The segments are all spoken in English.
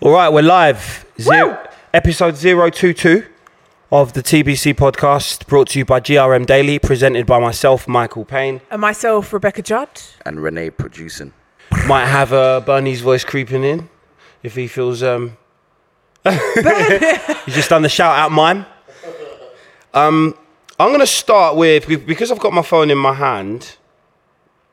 All right, we're live. Zero, episode 022 of the TBC podcast, brought to you by GRM Daily, presented by myself, Michael Payne. And myself, Rebecca Judd. and Renee producing. Might have uh, Bernie's voice creeping in if he feels. Um, he's just done the shout out mime. Um, I'm going to start with be- because I've got my phone in my hand,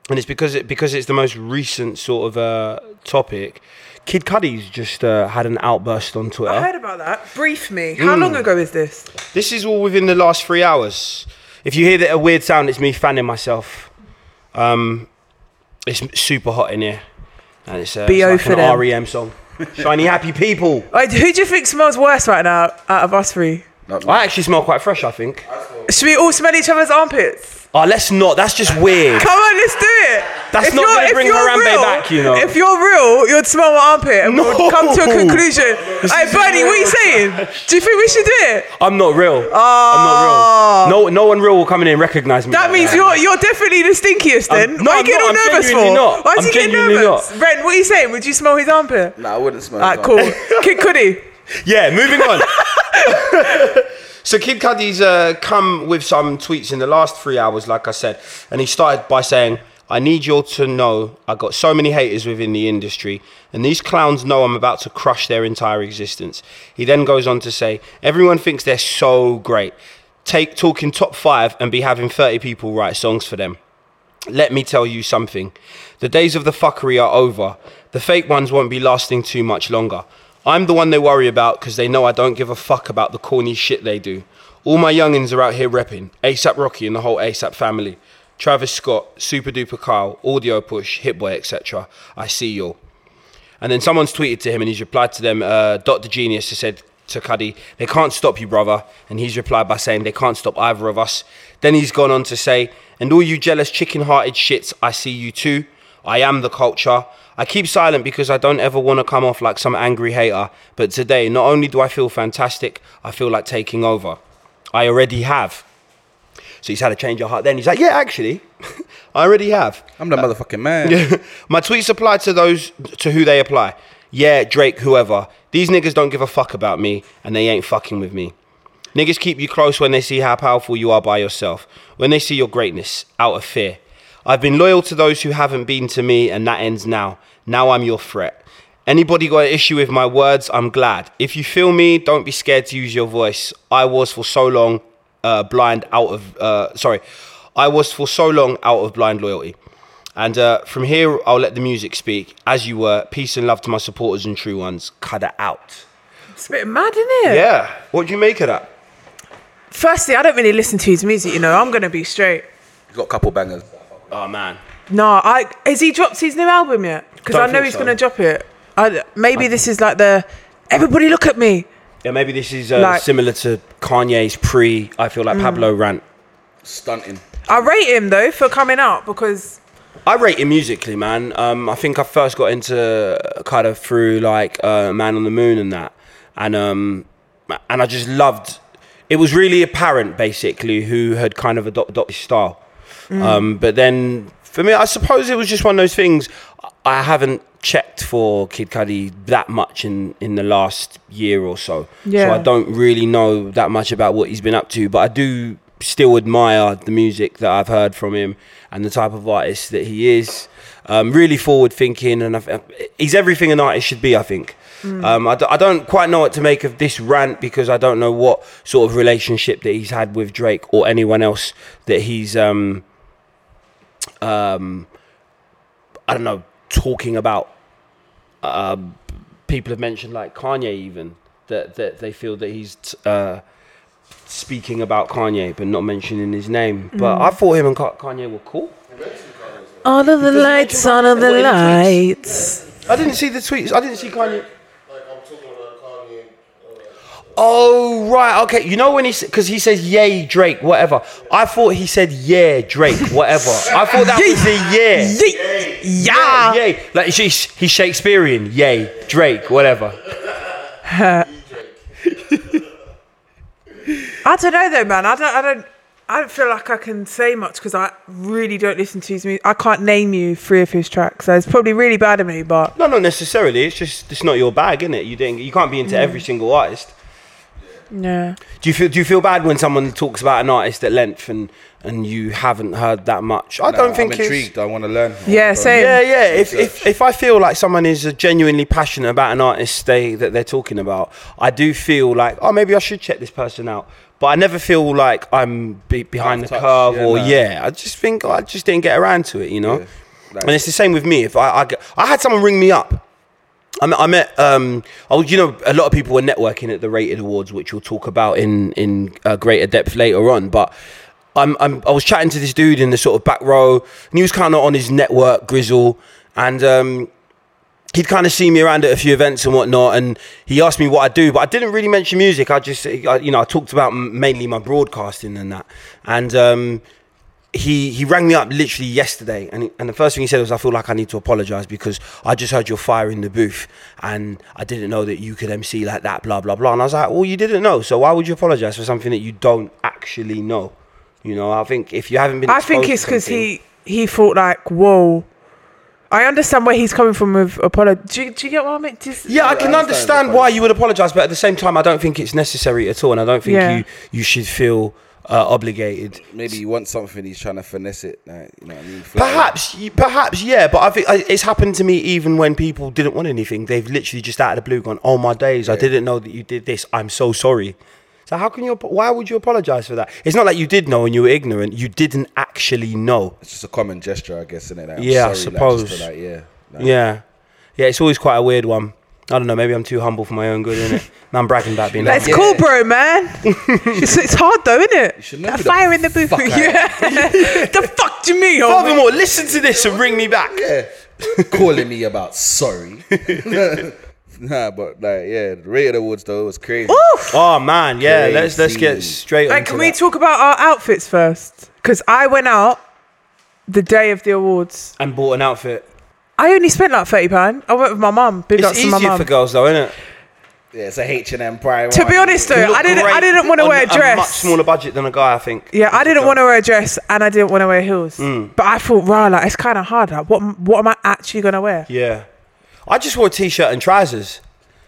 and it's because it because it's the most recent sort of uh, topic. Kid Cudi's just uh, had an outburst on Twitter. I heard about that. Brief me. How Hmm. long ago is this? This is all within the last three hours. If you hear that a weird sound, it's me fanning myself. Um, it's super hot in here, and it's, uh, B.O. it's for like an them. REM song. Shiny happy people. Like, who do you think smells worse right now out of us three? I actually smell quite fresh. I think. Should we all smell each other's armpits? Oh, let's not. That's just weird. Come on, let's do it. That's not you're- gonna if bring you're Harambe back, you know. If you're real, you'd smell my armpit and No. we'll come to a conclusion. This Hey, is Bernie, what are you saying? Do you think we should do it? I'm not real. I'm not real. No, no one real will come in and recognize me. Ah. That like means you're you're definitely the stinkiest then. I'm- no, Why are I'm you getting not. all I'm nervous genuinely for? not. Why is I'm he getting genuinely nervous? Ren, what are you saying? Would you smell his armpit? No, I wouldn't smell. Alright, that. cool. Kid Cudi. Yeah, moving on. so Kid Cudi's uh, come with some tweets in the last three hours, like I said, and he started by saying, "I need you all to know I got so many haters within the industry, and these clowns know I'm about to crush their entire existence." He then goes on to say, "Everyone thinks they're so great. Take talking top five and be having 30 people write songs for them." Let me tell you something. The days of the fuckery are over. The fake ones won't be lasting too much longer. I'm the one they worry about because they know I don't give a fuck about the corny shit they do. All my youngins are out here repping. ASAP Rocky and the whole ASAP family. Travis Scott, Super Duper Kyle, Audio Push, Hitboy, etc. I see y'all. And then someone's tweeted to him and he's replied to them, uh, Dr. Genius has said to Cuddy, they can't stop you, brother. And he's replied by saying, they can't stop either of us. Then he's gone on to say, and all you jealous, chicken hearted shits, I see you too. I am the culture. I keep silent because I don't ever want to come off like some angry hater. But today, not only do I feel fantastic, I feel like taking over. I already have. So he's had a change of heart then. He's like, yeah, actually, I already have. I'm the motherfucking man. My tweets apply to those to who they apply. Yeah, Drake, whoever. These niggas don't give a fuck about me, and they ain't fucking with me. Niggas keep you close when they see how powerful you are by yourself, when they see your greatness, out of fear. I've been loyal to those who haven't been to me, and that ends now. Now I'm your threat. Anybody got an issue with my words? I'm glad. If you feel me, don't be scared to use your voice. I was for so long uh, blind out of uh, sorry, I was for so long out of blind loyalty. And uh, from here, I'll let the music speak. As you were, peace and love to my supporters and true ones. Cut it out. It's a bit mad, isn't it? Yeah. What do you make of that? Firstly, I don't really listen to his music, you know. I'm gonna be straight. You got a couple bangers. Oh man. Nah, I has he dropped his new album yet? Because Don't I know think he's so. gonna drop it. I, maybe this is like the everybody look at me. Yeah, maybe this is uh, Like- similar to Kanye's pre "I Feel Like Pablo" rant. Stunting. I rate him though for coming out because I rate him musically, man. Um, I think I first got into kind of through like uh, Man on the Moon and that, and um, and I just loved. It was really apparent, basically, who had kind of adopted his style. Um, but then for me, I suppose it was just one of those things. I haven't checked for Kid Cudi that much in in the last year or so, so Yeah. I don't really know that much about what he's been up to. But I do still admire the music that I've heard from him and the type of artist that he is. Um, really forward thinking, and I, th- he's everything an artist should be. I think. Um, I, d- I don't quite know what to make of this rant because I don't know what sort of relationship that he's had with Drake or anyone else that he's um, I don't know, talking about um, people have mentioned like Kanye even that that they feel that he's t- uh, speaking about Kanye but not mentioning his name. But I thought him and Ka- Kanye were cool. All of the lights, all of the lights. I didn't see the tweets. I didn't see Kanye. Like I'm talking about Kanye. uh, Oh right, okay. You know when he because he says "Yay Drake," whatever. I thought he said "Yeah Drake," whatever. I thought that was the yeah. Yeet. Yeah. Yeah, yay. Like he's, he's Shakespearean, yay. Drake, whatever. I don't know though, man. I don't. I don't. I don't feel like I can say much because I really don't listen to his music. I can't name you three of his tracks, so it's probably really bad of me. But No, not necessarily. It's just it's not your bag, is it? You didn't. You can't be into every single artist. yeah, Do you feel Do you feel bad when someone talks about an artist at length and and you haven't heard that much? I don't think I'm it's. intrigued. I want to learn. yeah, same. Yeah, yeah. If, if if I feel like someone is uh, genuinely passionate about an artist they that they're talking about, I do feel like oh maybe I should check this person out. But I never feel like I'm be- behind the Out curve of touch, yeah, or no. yeah. I just think I just didn't get around to it, you know. Like- and it's the same with me. If I I, get- I had someone ring me up. I met, I met um, I was, you know, a lot of people were networking at the Rated Awards, which we'll talk about in in uh, greater depth later on. But I'm, I'm, I was chatting to this dude in the sort of back row, and he was kind of on his network grizzle, and um, he'd kind of seen me around at a few events and whatnot, and he asked me what I do, but I didn't really mention music. I just, I, you know, I talked about m- mainly my broadcasting and that, and. Um, he he rang me up literally yesterday, and he, and the first thing he said was, "I feel like I need to apologise because I just heard your fire in the booth, and I didn't know that you could MC like that, blah blah blah." And I was like, "Well, you didn't know, so why would you apologise for something that you don't actually know?" You know, I think if you haven't been, I think exposed it's to because something- he he thought like, whoa. I understand where he's coming from with Apollo. Do you, do you get what I mean? Just, Yeah, I can understand the understand point. why you would apologise, but at the same time, I don't think it's necessary at all, and I don't think Yeah. you you should feel uh, obligated. Maybe you want something. He's trying to finesse it. Like, you know what I mean? Flirt with it. Perhaps, y- perhaps, yeah. But I think I- it's happened to me even when people didn't want anything. They've literally just out of the blue gone, "Oh my days! I didn't know that you did this. I'm so sorry." So how can you? apo- Why would you apologize for that? It's not like you did know and you were ignorant. You didn't actually know. It's just a common gesture, I guess, isn't it? Like, I'm Yeah, I like, just to, suppose. like, yeah. Like, Yeah, yeah. It's always quite a weird one. I don't know. Maybe I'm too humble for my own good, innit? and I'm bragging about being. That's humble. cool, bro, man. it's, it's hard though, isn't it? should know that who the fire in the booth. fuck I am. yeah. the fuck do you mean? homie? Furthermore, listen to this and ring me back. yeah. Calling me about sorry. nah, but like, yeah, the Rated Awards though was crazy. Oof. Oh man, yeah. Let's let's get Crazy. straight. Like, onto can we that. talk about our outfits first? Because I went out the day of the awards. and bought an outfit. I only spent like thirty pound. I went with my mum. Big ups It's to my easier mum. for girls though, isn't it? Yeah, it's a H and M private. To be honest, though, look I didn't. I great didn't want to on wear a dress. much smaller budget than a Mm. guy, I think. Yeah, I didn't want to wear a dress and I didn't want to wear heels. But I thought, rah, like it's kind of hard. Like, what am- what am I actually gonna wear? Yeah, I just wore a t-shirt and trousers.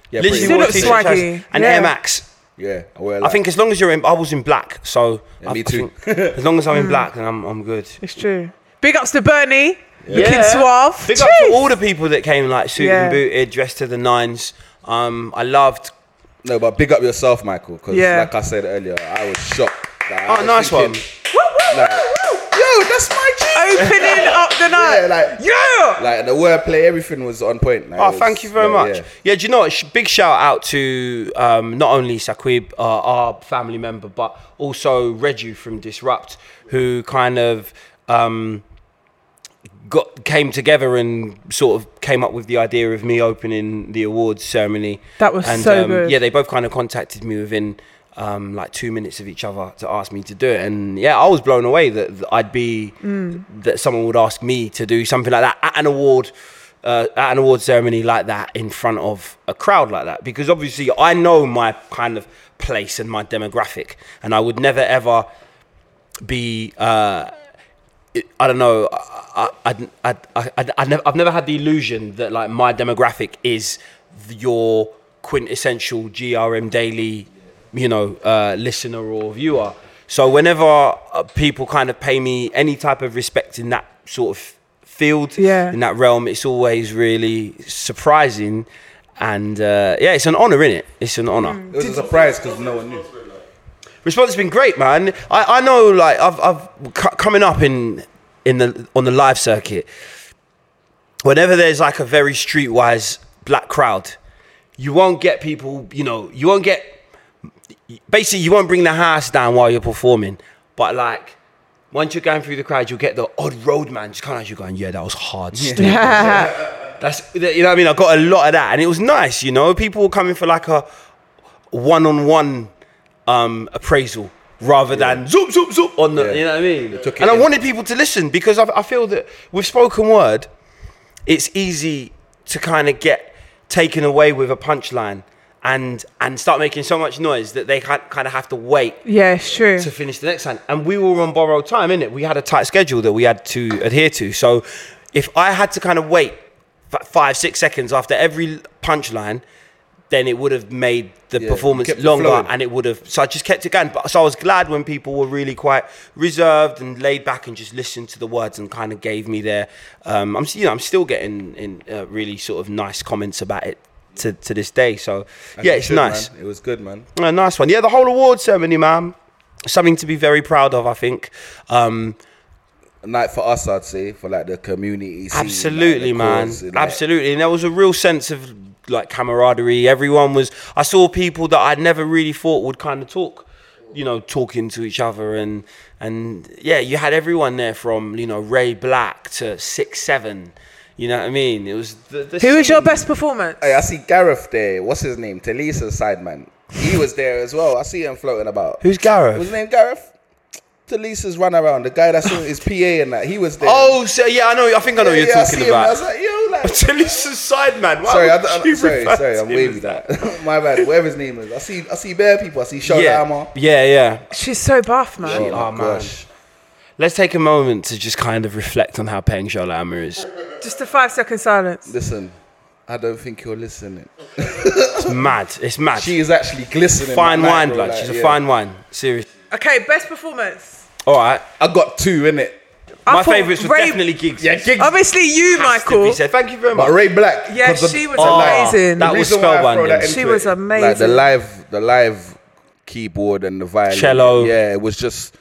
yeah, Literally pretty Still wore a much. look t-shirt swaggy. and trousers and Yeah. Air Max. Yeah, I, wear, I like, think as long as you're in, I was in black, so Yeah, I- me I too. think as long as Mm. I'm in black, then I'm I'm good. It's true. Big ups to Bernie, looking suave. Big up to Jeez. all the people that came like suited and Yeah. booted, dressed to the nines. Um, I loved. no, but big up yourself, Michael, because Yeah. like I said earlier, I was shocked. Like, I Oh, was nice one. thinking, Like, Yo, that's my G. Opening up the night. Yeah, like- yeah. Like the wordplay, everything was on point. Like, it Oh, was- thank you very yeah, much. yeah. Yeah. do you know what? Sh- Big shout out to um, not only Saquib, uh, our family member, but also Redu from Disrupt, who kind of um, got came together and sort of came up with the idea of me opening the awards ceremony. That was and, so um, good. Yeah, they both kind of contacted me within. Um, like two minutes of each other to ask me to do it, and yeah, I was blown away that that I'd be Mm. that someone would ask me to do something like that at an award uh, at an award ceremony like that in front of a crowd like that because obviously I know my kind of place and my demographic and I would never ever be uh, it- I don't know I, I, I, I, I, I never, I've never had the illusion that like my demographic is th- your quintessential GRM daily you know uh, listener or viewer So whenever uh, people kind of pay me any type of respect in that sort of field, Yeah. in that realm, it's always really surprising. And uh, yeah, it's an honor, innit? It's an honor. It was a surprise because no one knew. Response has been great, man. I, I know, like I've I've cu- coming up in in the on the live circuit. Whenever there's like a very streetwise black crowd, you won't get people. You know, you won't get. Basically, you won't bring the house down while you're performing. But like, once you're going through the crowd, you'll get the odd road man just kind of you going, "Yeah, that was hard." still." That's you know what I mean. I got a lot of that, and it was nice. You know, people were coming for like a one-on-one um, appraisal rather than zoom, zoom, zoom on the. Yeah. You know what I mean? took it And I in. wanted people to listen because I, I feel that with spoken word, it's easy to kind of get taken away with a punchline and and start making so much noise that they kind of have to wait Yeah, it's true. to finish the next hand. And we were on borrowed time, innit? We had a tight schedule that we had to adhere to. So if I had to kind of wait f- five, six seconds after every punchline, then it would have made the Yeah, performance kept it longer flowing. and it would have. So I just kept it going. But so I was glad when people were really quite reserved and laid back and just listened to the words and kind of gave me their. Um, I'm s- you know I'm still getting in uh, really sort of nice comments about it to, to this day. So As yeah, you it's should, nice. man. It was good, man. A nice one. Yeah, the whole award ceremony, man. Something to be very proud of, I think. Um, A night for us, I'd say, for like the community. scene, like, absolutely, the man. cause and, like, absolutely. And there was a real sense of like camaraderie. Everyone was. I saw people that I never really thought would kind of talk, you know, talking to each other. And, and yeah, you had everyone there from, you know, Ray Black to Six Seven. You know what I mean? It was. The, the Who was your scene. best performance? Hey, I see Gareth there. What's his name? Talisa's sideman. He was there as well. I see him floating about. Who's Gareth? Was his name Gareth? Talisa's run around. The guy that's on his PA and that. He was there. Oh, so, yeah, I know. I think I know Yeah, who you're yeah, I see talking him. I was about. like, yo, like. Talisha's side man. Why Sorry, I, would I, you sorry, refer sorry, to I'm him wavy as that? that. My bad, whatever his name is. I see I see bare people, I see Shola yeah. Amar. Yeah, yeah. She's so buff, man. Oh, oh, my man. gosh. Let's take a moment to just kind of reflect on how Peng Shola Amma is. Just a five second silence. Listen, I don't think you're listening. It's mad. It's mad. She is actually glistening. fine that night, wine, bro, blood. like, She's a yeah. fine wine. Serious. Okay, best performance. All right. I got two in it. I My thought favourites were Ray- definitely gigs. Yeah, gigs. Obviously, you, Has to be Michael. said. Thank you very much. But Ray Black. Yeah, 'cause she was Oh, amazing. that The was reason why I throw that spellbinding. in- she into was it. amazing. Like the live, the live keyboard and the violin, Cello. Yeah, it was just.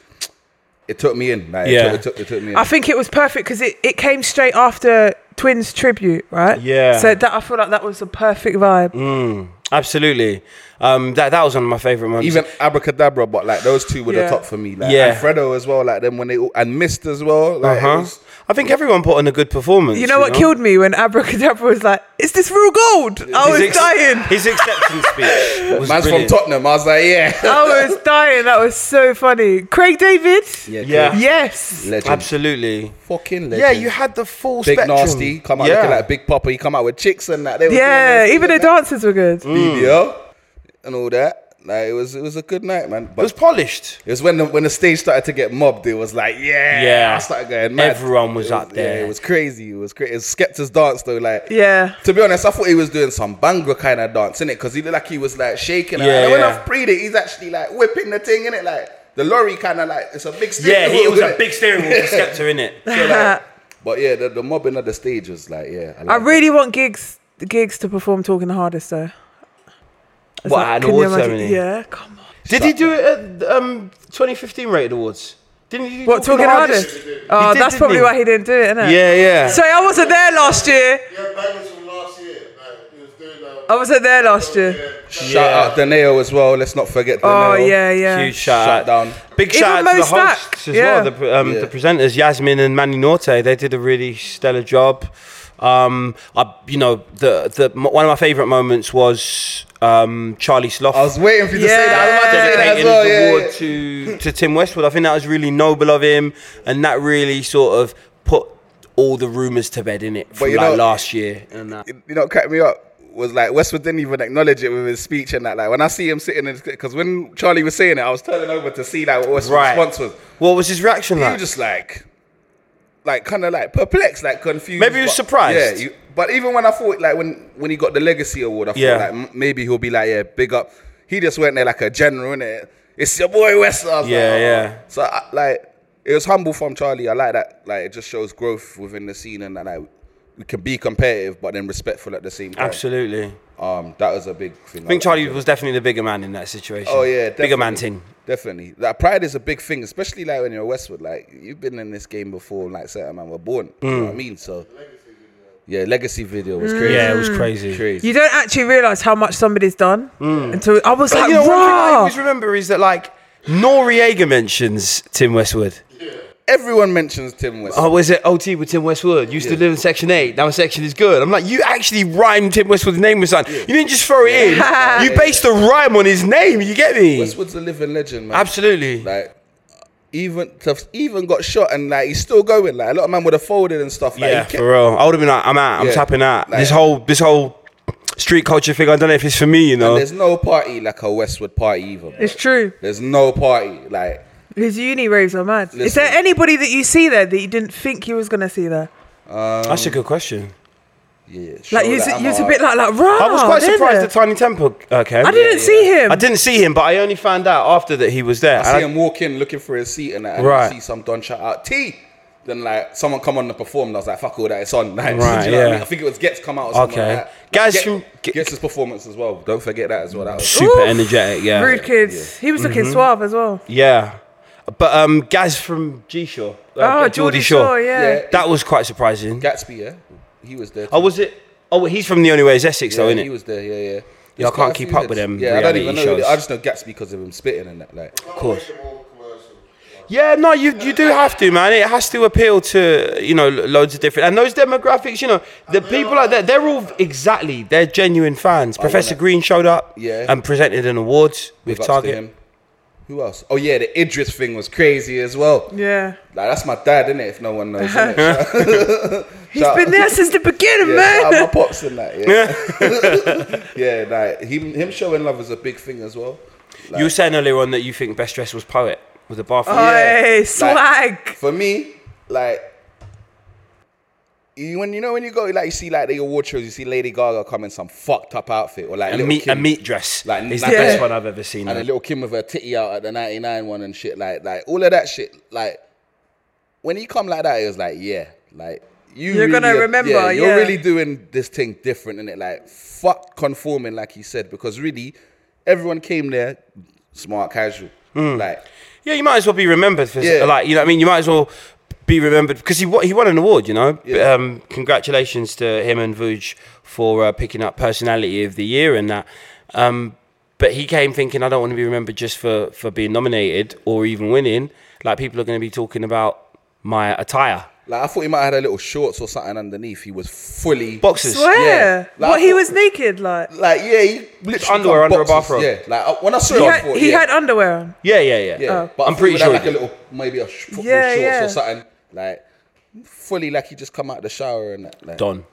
It took me in. Like, Yeah. yeah, it took, it took, it took me in. I think it was perfect because it, it came straight after Twins tribute, right? Yeah. Mm, So that I feel like that was a perfect vibe. Absolutely. Um, that that was one of my favourite moments. Even Abracadabra, but like those two were Yeah. the top for me. Like, Yeah. and Fredo as well. Like them when they all, and Mist as well. Like, it uh-huh. was- I think everyone put on a good performance. You know what killed me when Abracadabra was like, "Is this real gold?" I was His ex- dying. His acceptance speech was man's brilliant. from Tottenham. I was like, yeah, I was dying. That was so funny. Craig David. Yeah. Yes. legend. Absolutely. Fucking legend. Yeah, you had the full big spectrum. nasty. Come out looking like Big Papa. He come out with chicks and that. They were Yeah. doing their Even the thing, dancers were good. Mm. like, video and all that. Like it was, it was a good night, man. It But was polished. It was when the, when the stage started to get mobbed. It was like, yeah, Yeah. I started going mad. Everyone was It up there. Yeah, it was crazy. It was crazy. Skepta's dance though, like Yeah. To be honest, I thought he was doing some banger kind of dance in it because he looked like he was like shaking. Yeah, and when yeah. I've prayed it, he's actually like whipping the thing in it, like the lorry kind of like it's a Yeah, big. steering he- wheel, it was a innit? big steering wheel for Skepta, innit? So, like, but yeah, the, the mobbing of the stage was like, yeah, I like really want gigs gigs to perform talking the hardest though. It's What, at an can you awards imagine- ceremony? Yeah. Come on. Did he do it at um 2015 rated awards? Didn't he? Do What talking hardest? Oh, He did, that's didn't probably he? why he didn't do it, innit? Yeah, yeah. Sorry, I wasn't there last year. Yeah, bangers from last year. Like, he was doing um, I wasn't there last year. shout out Daneo as well. Let's not forget. Oh Daneo. yeah, yeah. Huge shout Shut out. down. Big Even shout out to Mo the Stack, hosts as yeah. well. The, pr- um, Yeah. the presenters Yasmin and Manny Norte. They did a really stellar job. Um, I, you know, the the m- one of my favorite moments was um, Charlie Slough. I was waiting for you to say that. I was about to say that dedicating as well. his yeah, award yeah. to to Tim Westwood. I think that was really noble of him, and that really sort of put all the rumors to bed in it from you like know- last year and that. you know, cracked me up was like Westwood didn't even acknowledge it with his speech and that. Like when I see him sitting in, because when Charlie was saying it, I was turning over to see like what Westwood's Right. response was. What was his reaction He like? was just like, like kind of like perplexed, like confused. Maybe he was but- surprised. Yeah. You, but even when I thought like when when he got the legacy award, I thought Yeah. like m- maybe he'll be like yeah big up. He just went there like a general in it. It's your boy West. I was like, Yeah, "Oh." yeah. So I, like, it was humble from Charlie. I like that. Like, it just shows growth within the scene and that like we can be competitive but then respectful at the same time. Absolutely. Um, that was a big thing. I think Charlie was definitely the bigger man in that situation. Oh yeah, bigger man definitely. thing. Definitely, like pride is a big thing, especially like when you're Westwood. Like you've been in this game before, like certain man were born. You know what I mean? So, yeah, legacy video was crazy. Mm. Yeah, it was crazy. crazy. You don't actually realize how much somebody's done until I was Hmm. But like, you know, one thing I raw. always remember is that like Noriega mentions Tim Westwood. Everyone mentions Tim West. Oh, was it OT with Tim Westwood? Used to live in Section Eight. Now section is good. I'm like, you actually rhymed Tim Westwood's name with something. You didn't just throw it in. you based the rhyme on his name. You get me? Westwood's a living legend, man. Absolutely. Like even to, even got shot and like he's still going. Like a lot of man would have folded and stuff. Like, yeah, he kept- for real. I would have been like, I'm out. I'm Yeah. tapping out. Like- this whole this whole street culture thing. I don't know if it's for me. You know. and there's no party like a Westwood party either. bro. It's true. There's no party like. His uni raves are mad. Is Listen. there anybody that you see there that you didn't think you was gonna see there? um, That's a good question. Yeah, Like show you're, that I'm you're a hard. bit like like raw. I was quite isn't surprised Oh, it? at Tiny Temple. Okay. I didn't see him. I didn't see him, but I only found out after that he was there. I see And I- him walk in looking for his seat and, that, and Right. I see some don shout out T. Then like someone come on and perform, and I was like, "Fuck all that, it's on." Like, do Right, you know what I, yeah. mean? I think it was Gets come out. Or something Okay. like that. Guys Get- from- Gets his performance as well. Don't forget that as well. That was super Oof. energetic. Yeah. Mm-hmm. Rude kids. He was looking suave as well. Yeah. But um, Gaz from G Shore. Oh, Geordie Shore, yeah. Yeah. That was quite surprising. Gatsby. Yeah, he was there. oh, was it? Oh, wait, he's from The Only Way is Essex, yeah, though, He isn't it? was there. Yeah, yeah. Yeah, I There's can't quite a keep few up with heads. them Yeah, I don't reality even know. who shows. they- I just know Gatsby because of him spitting and that. Like, Of course. Yeah, Yeah. no, you you do have to, man. It has to appeal to you know lo- loads of different and those demographics. You know, the people like that, they're all exactly they're genuine fans. Professor Green showed up, Yeah. and presented an awards with big ups to Target. him. Who else? Oh yeah, the Idris thing was crazy as well. Yeah. Like that's my dad, innit? If no one knows. innit? He's been there since the beginning, Yeah, shout man. out my pops and that. Yeah, yeah. like him, him showing love is a big thing as well. you were saying earlier on that you think best dressed was poet with the bathroom. Oh, Hey, Like, swag. for me, like you, when you know when you go, like you see like the award shows, you see Lady Gaga come in some fucked up outfit or like a Lil' meat a Kim- meat dress Like, is the like- best Yeah. one I've ever seen. and a man. little Kim with her titty out at the '99 one and shit like like all of that shit. Like when he come like that, it was like yeah, like you You're gonna really are- remember, yeah. you're really doing this thing different in it. Like fuck conforming, like he said, because really everyone came there smart casual. Mm. Like Yeah, you might as well be remembered for Yeah. like you know what I mean. You might as well be remembered because he won, he won an award. You know, Yeah. um, congratulations to him and Vuj for uh, picking up personality of the year and that. Um, but he came thinking, I don't want to be remembered just for for being nominated or even winning. Like people are going to be talking about my attire, like I thought he might have had a little shorts or something underneath. He was fully boxes. Swear. Yeah. what Like, he was naked like. Like yeah, he literally underwear got under a boxes. bathrobe. Yeah, like uh, when I saw He, it, I had, thought, he yeah. had underwear on. Yeah, yeah, yeah. Yeah, but I'm pretty sure. like he a did. little maybe a sh- football Yeah, shorts yeah. or something like fully like he just come out of the shower and that. Like, Don.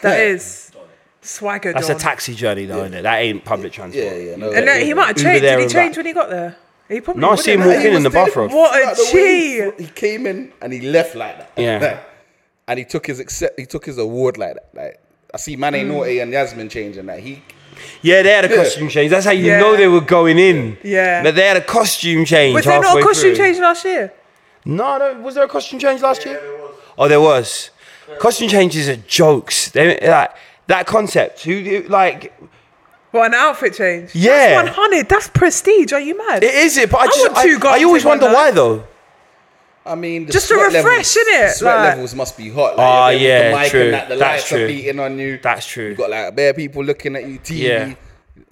That is swagger. That's Don. a taxi journey, though, isn't it? That ain't public transport. Yeah, yeah, no. And yeah, then he yeah. might have Uber changed. Did there he and change back. when he got there? He probably. No, I see him wouldn't walking have. in the doing- bathroom. What a Like, the way G. He, he came in and he left like that. Yeah. Like, and he took his accept. He took his award like that. Like I see Mane Mm. Naughty and Yasmin changing that. He Yeah, they had a costume change. That's how you Yeah. know they were going in. Yeah. That they had a costume change. Was there not halfway a costume through. change last year? No, no. Was there a costume change last year? Oh, there was. Costume changes are jokes. They like that concept. Who like What an outfit change. Yeah. That's 100. That's prestige. Are you mad? it is it? But I I just want two I, I guys always in one wonder why night. though. I mean, the Just to sweat refresh, levels, innit? the Sweat Like- levels must be hot. Ah, if yeah, the mic true. And that, the That's lights true. are beating on you. That's true. You got like bare people looking at you. TV. Yeah.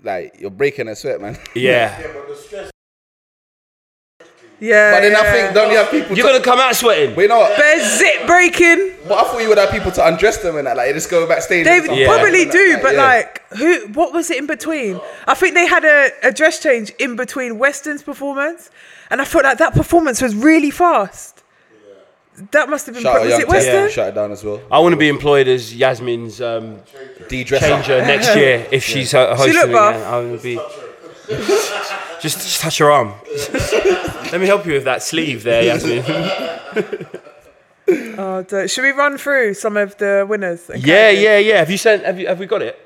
Like you're breaking a sweat, man. Yeah. but the stress. Yeah. But then I yeah. think don't you have people? You're to- gonna come out sweating. But you know what? Bare zip breaking. But I thought you would have people to undress them and that. Like, they just go backstage. They and stuff. Yeah. probably do, but yeah. like, who? What was it in between? I think they had a, a dress change in between Weston's performance, and I felt like that performance was really fast. That must have been. Shout out was Young it Weston? Tech, Shut it down as well. I want to be employed as Yasmin's um, D dresser. changer next year if she's ho- hosting look again. buff. I would be. Just, just touch her arm. Let me help you with that sleeve there, Yasmin. Oh, d- should we run through some of the winners? and Yeah, categories? yeah, yeah. Have you sent? Have you? Have we got it?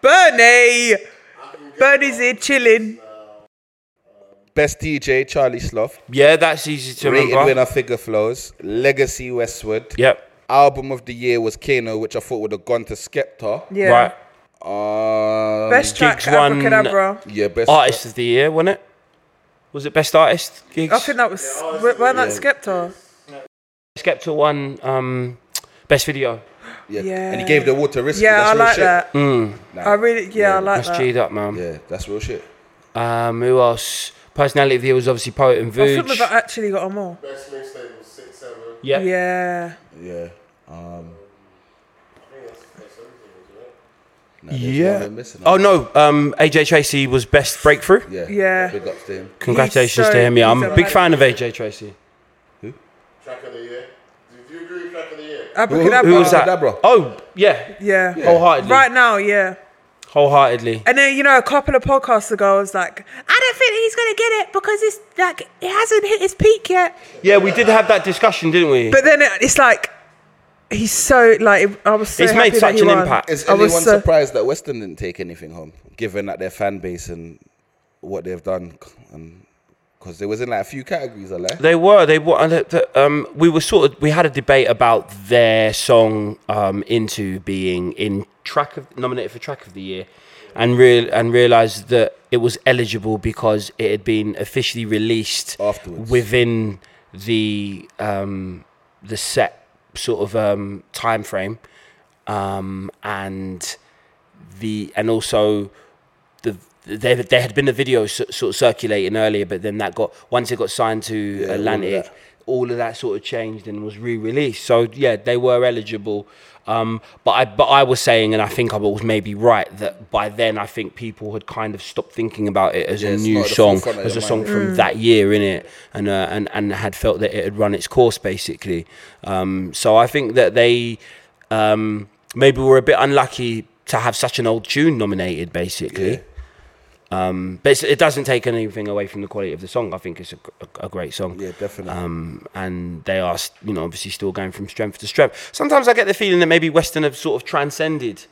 Bernie, Bernie's here chilling. Best DJ, Charlie Sloth. Yeah, that's easy to Rated remember. winner, Figure Flows. Legacy, Westwood. Yep. Album of the year was Kano, which I thought would have gone to Skepta. Yeah. Right. Um, Best track, Gigs won- Abracadabra. yeah, best Artist of the year, wasn't it? Was it best artist gigs? I think that was weren't that Skepta? Skepta won um, best video. Yeah. Yeah. And he gave the award to Risky. Yeah, that's I real like shit. that. I really, yeah, I like That's that. G'd up, man. Yeah, that's real shit. Um, who else? Personality of the year was obviously Poet and I think Vooch. we've actually got them all. Best mixtape was six, seven. yeah. Yeah. Yeah. Um, Yeah. one we're missing. Oh no, um, AJ Tracy was best breakthrough. yeah. Yeah. Big ups to him. Congratulations He's so- to him. Yeah, I'm he's a a big man. fan of AJ Tracy. Track of the year. Did you agree with track of the year? Abracadabra. Who was that? Abracadabra. Oh yeah, Yeah. wholeheartedly. Right now, yeah. Wholeheartedly. And then you know, a couple of podcasts ago, I was like, I don't think he's gonna get it because it's like it hasn't hit its peak yet. Yeah, we did have that discussion, didn't we? But then it, it's like he's so like I was. So It's made happy that such he an won. impact. Is I was anyone uh, so- surprised that Western didn't take anything home, given that their fan base and what they've done? Because there was in like a few categories, I like. They were. They were. and it- the- Um, we were sort of. We had a debate about their song um, into being in track of nominated for track of the year, and real and realized that it was eligible because it had been officially released Afterwards. within the um, the set sort of um, time frame, um, and the and also the there, there had been a video s- sort of circulating earlier, but then that got once it got signed to Atlantic, all of, that. sort of changed and was re-released. So yeah, they were eligible. Um, but I but I was saying, and I think I was maybe right that by then I think people had kind of stopped thinking about it as Yeah, a it's new not at the song, forefront of as a your song mind. from that year in it, and uh, and and had felt that it had run its course basically. Um, so I think that they um, maybe were a bit unlucky to have such an old tune nominated basically. Um, But it's, it doesn't take anything away from the quality of the song. I think it's a, a, a great song. Yeah, definitely. Um, and they are, s- you know, obviously still going from strength to strength. Sometimes I get the feeling that maybe Western have sort of transcended.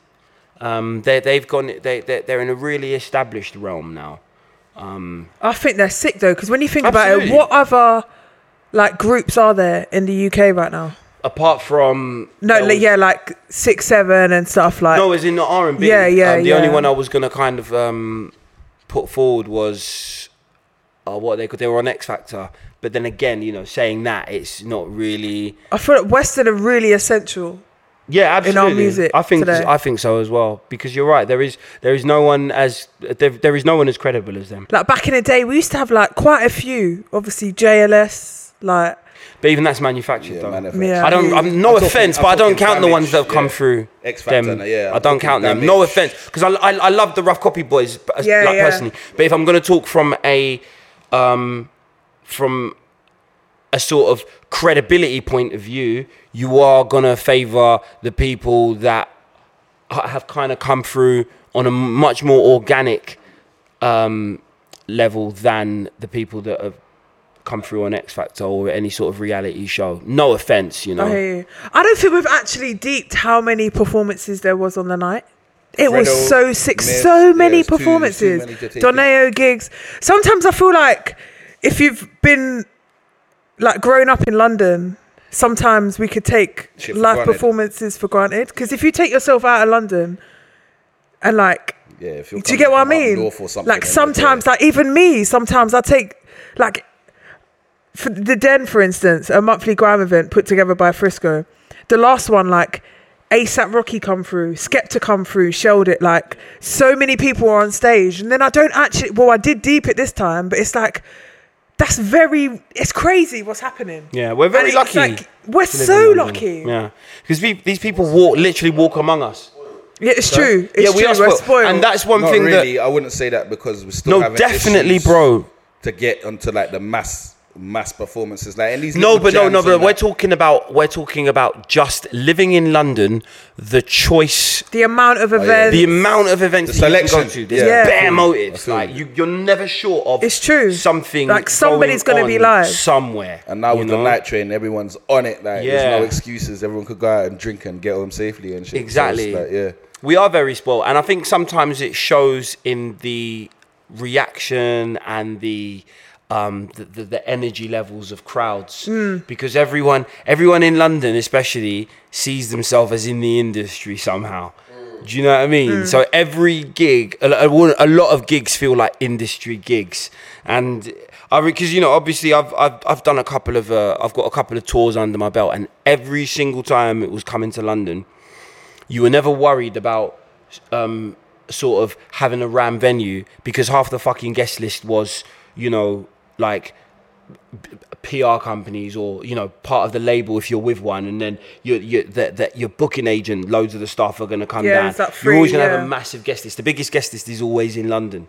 Um, they they've gone. They they're, they're in a really established realm now. I think they're sick though, because when you think about Absolutely. it, what other like groups are there in the UK right now? Apart from No, there like, was- yeah, like six, seven, and stuff like. No, as in the R and B. Yeah, yeah, Um, the only yeah. one I was gonna kind of um, put forward was uh, what they could. They were on X Factor, but then again, you know, saying that it's not really. I feel like Western are really essential. Yeah, in our absolutely. music I think today. I think so as well because you're right. There is there is no one as there, there is no one as credible as them. Like back in the day, we used to have like quite a few. Obviously, JLS, like But even that's manufactured Yeah, though. manifest. Yeah. I don't. I'm no I'm talking- offense, I'm but I don't talking count the ones damage, that have come yeah. through. X Factor, them. yeah, I don't I'm talking count them. No damage. offense, because I, I I love the rough copy boys, but as- Yeah, like, yeah. personally. But if I'm gonna talk from a, um, from a sort of credibility point of view, you are gonna favour the people that ha- have kind of come through on a much more organic um, level than the people that have come through on X Factor or any sort of reality show. No offense, you know. I hear you. I don't think we've actually deeped how many performances there was on the night. It Fredo, was so sick, Miff, so yeah, many it's too- too performances. many to take Doneo gigs. Sometimes I feel like if you've been like grown up in London, sometimes we could take Shit for live granted. performances for granted. Because if you take yourself out of London and like Yeah, if you're do you get what I coming from up mean? north or something, Like then sometimes, yeah. like even me, sometimes I take like for the Den, for instance, a monthly grime event put together by Frisco. The last one, like ASAP Rocky come through, Skepta come through, shelled it. Like so many people were on stage, and then I don't actually. Well, I did deep it this time, but it's like that's very. It's crazy what's happening. Yeah, we're very And it's lucky. like, we're to live in so London. lucky. Yeah, Yeah, because we, these people walk literally walk among us. it's true. It's yeah, we true. are we're spoiled, spoiled. and that's one Not thing really. that I wouldn't say that because we're still no, having definitely, issues bro. to get onto like the mass mass performances like and these No, little but no, jams no, and but we're that. talking about we're talking about just living in London, the choice the amount Oh, of events. the amount of events The that you can go selection. to, there's Yeah. bare Yeah. I motives. feel Like you. you, you're never sure of. It's true. Something Like, somebody's going gonna be on live. somewhere. and now you with know? the night train, everyone's on it. Like Yeah. there's no excuses. Everyone could go out and drink and get home safely and shit. So it's Exactly. like, yeah. We are very spoiled, and I think sometimes it shows in the reaction and the um, the, the, the energy levels of crowds Hmm. because everyone everyone in London especially sees themselves as in the industry somehow. Do you know what I mean? Hmm. So every gig, a, lo- a, wo- a lot of gigs feel like industry gigs, and I because you know obviously I've, I've I've done a couple of uh, I've got a couple of tours under my belt, and every single time it was coming to London, you were never worried about um, sort of having a ram venue because half the fucking guest list was, you know, like PR companies or you know part of the label if you're with one, and then you you that that your booking agent, loads of the staff are going to come Yeah, down. it's that you're always free, going to have yeah. a massive guest list. The biggest guest list is always in London.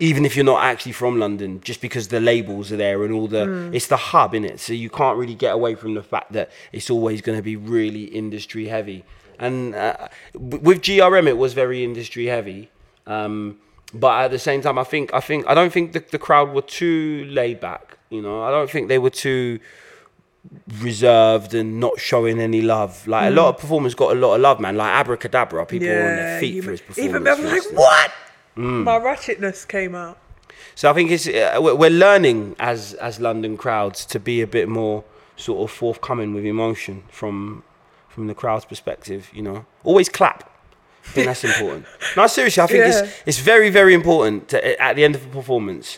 Even if you're not actually from London, just because the labels are there and all the, Mm. it's the hub in it, so you can't really get away from the fact that it's always going to be really industry heavy. And uh, w- with GRM, it was very industry heavy. Um, but at the same time, I think I think I don't think the, the crowd were too laid back. You know, I don't think they were too reserved and not showing any love. Like a lot Mm. of performers got a lot of love, man. Like Abracadabra, people were on their feet you- for his performance. Even I was for like, instance. what? Hmm. My ratchetness came out. So I think it's uh, we're we're learning as as London crowds to be a bit more sort of forthcoming with emotion from from the crowd's perspective. You know, always clap. I think that's important. No, seriously, I think it's Yeah. it's very very important to, at the end of a performance.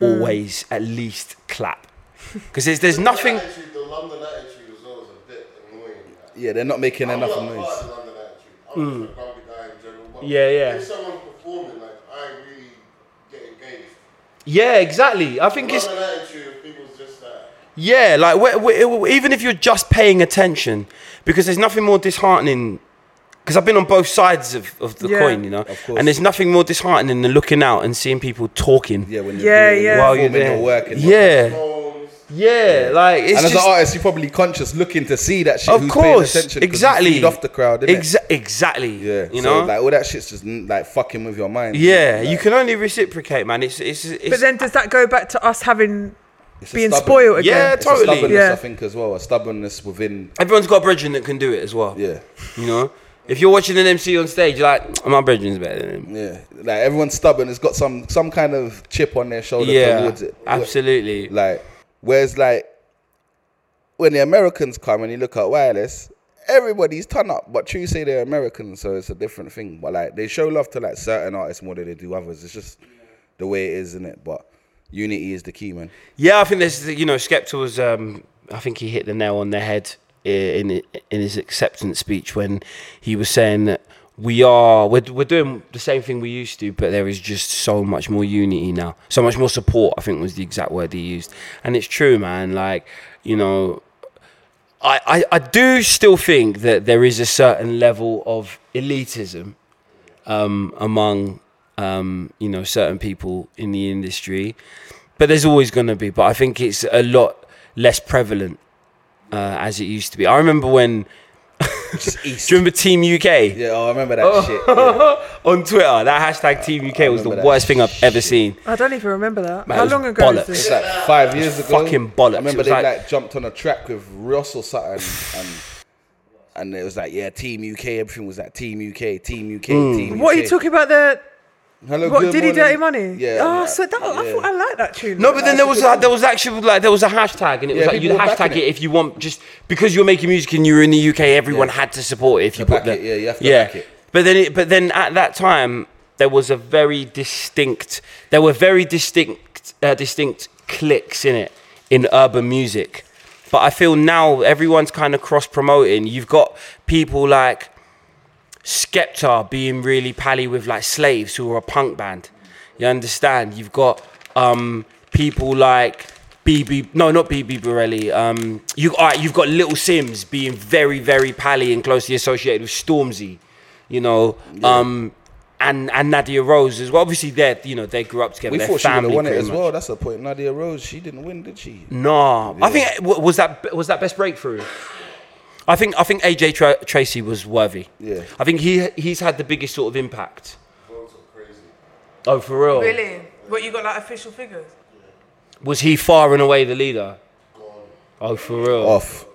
Always at least clap because there's there's nothing. Attitude, the London attitude as well is a bit annoying. man. Yeah, they're not making I'm enough not part noise. of the London attitude. I'm just a grumpy guy in general. But Mm. Yeah, yeah. If someone's performing, like, I really get engaged. Yeah, exactly. I think it's London attitude, people's just like, Yeah, like we we even if you're just paying attention, because there's nothing more disheartening. Because I've been on both sides of, of the Yeah. coin, you know, Of course. and there's nothing more disheartening than looking out and seeing people talking Yeah, when you're Yeah, doing, yeah. while Performing you're there. your work and yeah, phones. yeah, like it's and as just, an artist, you're probably conscious, looking to see that shit. of who's paying course, attention, 'cause you exactly. feed off the crowd, innit? Exa- exactly. Yeah, you so, know. like all that shit's just mm, like fucking with your mind. yeah, Like, you can only reciprocate, man. It's it's. it's But then does that go back to us having it's a being stubborn- spoiled again? Yeah, It's Totally. a stubbornness, Yeah. I think, as well. A stubbornness within. everyone's got a brethren that can do it as well. Yeah, You know, if you're watching an MC on stage, you're like, my brethren's better than him. yeah. Like everyone's stubborn. It's got some some kind of chip on their shoulder Yeah, towards it. absolutely. Like, whereas like when the Americans come and you look at wireless, everybody's ton up. But true say they're Americans, so it's a different thing. But like they show love to like certain artists more than they do others. It's just the way it is, isn't it? But unity is the key, man. Yeah, I think there's you know Skepta was um, I think he hit the nail on the head i- in in his acceptance speech when he was saying that we are we're, we're doing the same thing we used to, but there is just so much more unity now, so much more support. I think was the exact word he used, and it's true, man. Like you know, I, I, I do still think that there is a certain level of elitism um, among um, you know certain people in the industry, but there's always going to be. But I think it's a lot less prevalent uh, as it used to be. I remember when. Just east. Do you remember Team UK? Yeah, oh, I remember that shit. Yeah. On Twitter, that hashtag Team UK was the remember that worst thing I've ever shit. seen. I don't even remember that. Man, it How was long ago was bollocks. It's this? like five years ago. fucking bollocks. I It remember was they like- like, jumped on a track with Ross or something, and and it was like, yeah, Team UK. Everything was like Team UK, Team UK, Team UK. What are you talking about there? Hello, What, good Diddy morning. Dirty Money? Yeah. Oh, yeah, so that, I yeah. thought I liked that tune. No, but then there was That's a good a, there was actually like there was a hashtag, and it was Yeah, like you people were hashtag backing it. it. if you want, just because you're making music and you were in the UK, everyone Yeah. had to support it. If you put back the it, yeah, you have to back it. But then, it, but then at that time, there was a very distinct. There were very distinct, uh, distinct cliques in it in urban music. But I feel now everyone's kind of cross promoting. You've got people like Skepta being really pally with like slaves who are a punk band. You understand? You've got um, people like BB, no, not BB Borelli. Um, you, all right, you've got Little Sims being very, very pally and closely associated with Stormzy. You know, um, and and Nadia Rose as well. Obviously, they are you know they grew up together. We They're thought she would have family won it pretty as much. well. That's the point. Nadia Rose, she didn't win, did she? Mm. No, I think w- was that was that best breakthrough. I think I think AJ Tra- Tracy was worthy. Yeah. I think he he's had the biggest sort of impact. Oh, for real? Really? What, you got like official figures? Was he far and away the leader? Oh, for real? Off.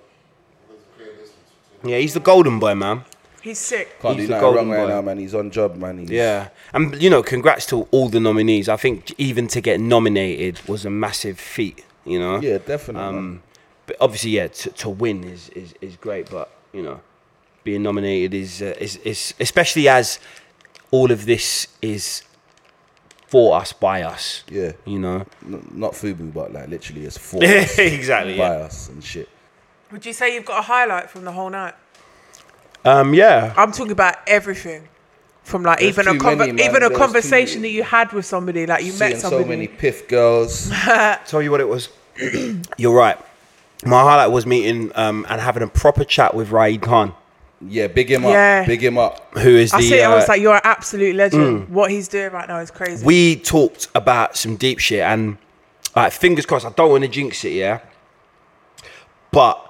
Yeah, he's the golden boy, man. He's sick. Can't He's do the nothing wrong golden right boy. now, man. He's on job, man. He's, Yeah, and you know, congrats to all the nominees. I think even to get nominated was a massive feat. You know. Yeah, definitely, man. Um, but obviously, yeah, to, to win is, is is great, but you know, being nominated is uh, is is especially as all of this is for us by us. Yeah. You know. N- not Fubu, but like literally it's four us, exactly. by Yeah. us and shit. Would you say you've got a highlight from the whole night? Um. Yeah. I'm talking about everything. From like There's even a too conver- many, man. even a There's too conversation that many. you had with somebody, like you Seeing met somebody. so many piff girls. tell you what it was. You're right. My highlight was meeting um, and having a proper chat with Raid Khan, yeah, big him up. Yeah. Big him up. who is I the. see it, I was uh, like, you're an absolute legend. Mm. What he's doing right now is crazy. we talked about some deep shit, and like, fingers crossed, I don't want to jinx it, yeah. But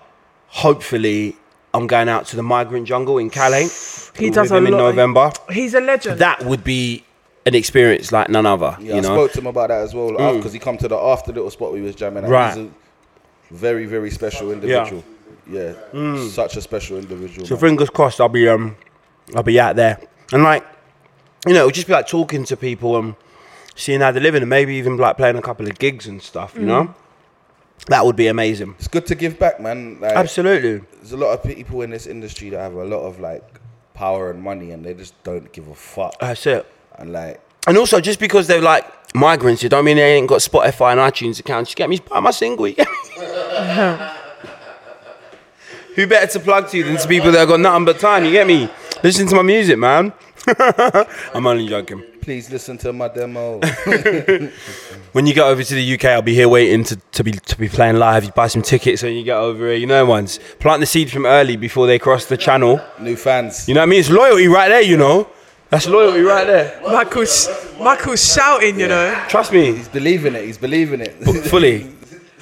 hopefully, I'm going out to the migrant jungle in Calais. he with does a him lot. in November. He's a legend. That would be an experience like none other, Yeah, you I know. spoke to him about that as well because he come to the after little spot we was jamming at. Right. He's a very, very special individual. Yeah, such a special individual. Mm. So man. fingers crossed, I'll be um, I'll be out there, and like, you know, it'll just be like talking to people and seeing how they're living, and maybe even like playing a couple of gigs and stuff. Mm. You know, that would be amazing. it's good to give back, man. Like, Absolutely. There's a lot of people in this industry that have a lot of like power and money, and they just don't give a fuck. That's it. and like, And also, just because they're like migrants, it don't mean they ain't got Spotify and iTunes accounts. You get me? Just Buy my single. you get me? Who better to plug to than to people that got nothing but time? You get me? Listen to my music, man. I'm only joking. please listen to my demo. When you get over to the UK, I'll be here waiting to, to be to be playing live. You buy some tickets when you get over here. You know, ones plant the seed from early before they cross the channel. New fans. You know what I mean? It's loyalty right there. You know, that's loyalty right there. Michael's Michael's shouting, you know. Trust me, He's believing it. He's believing it. fully.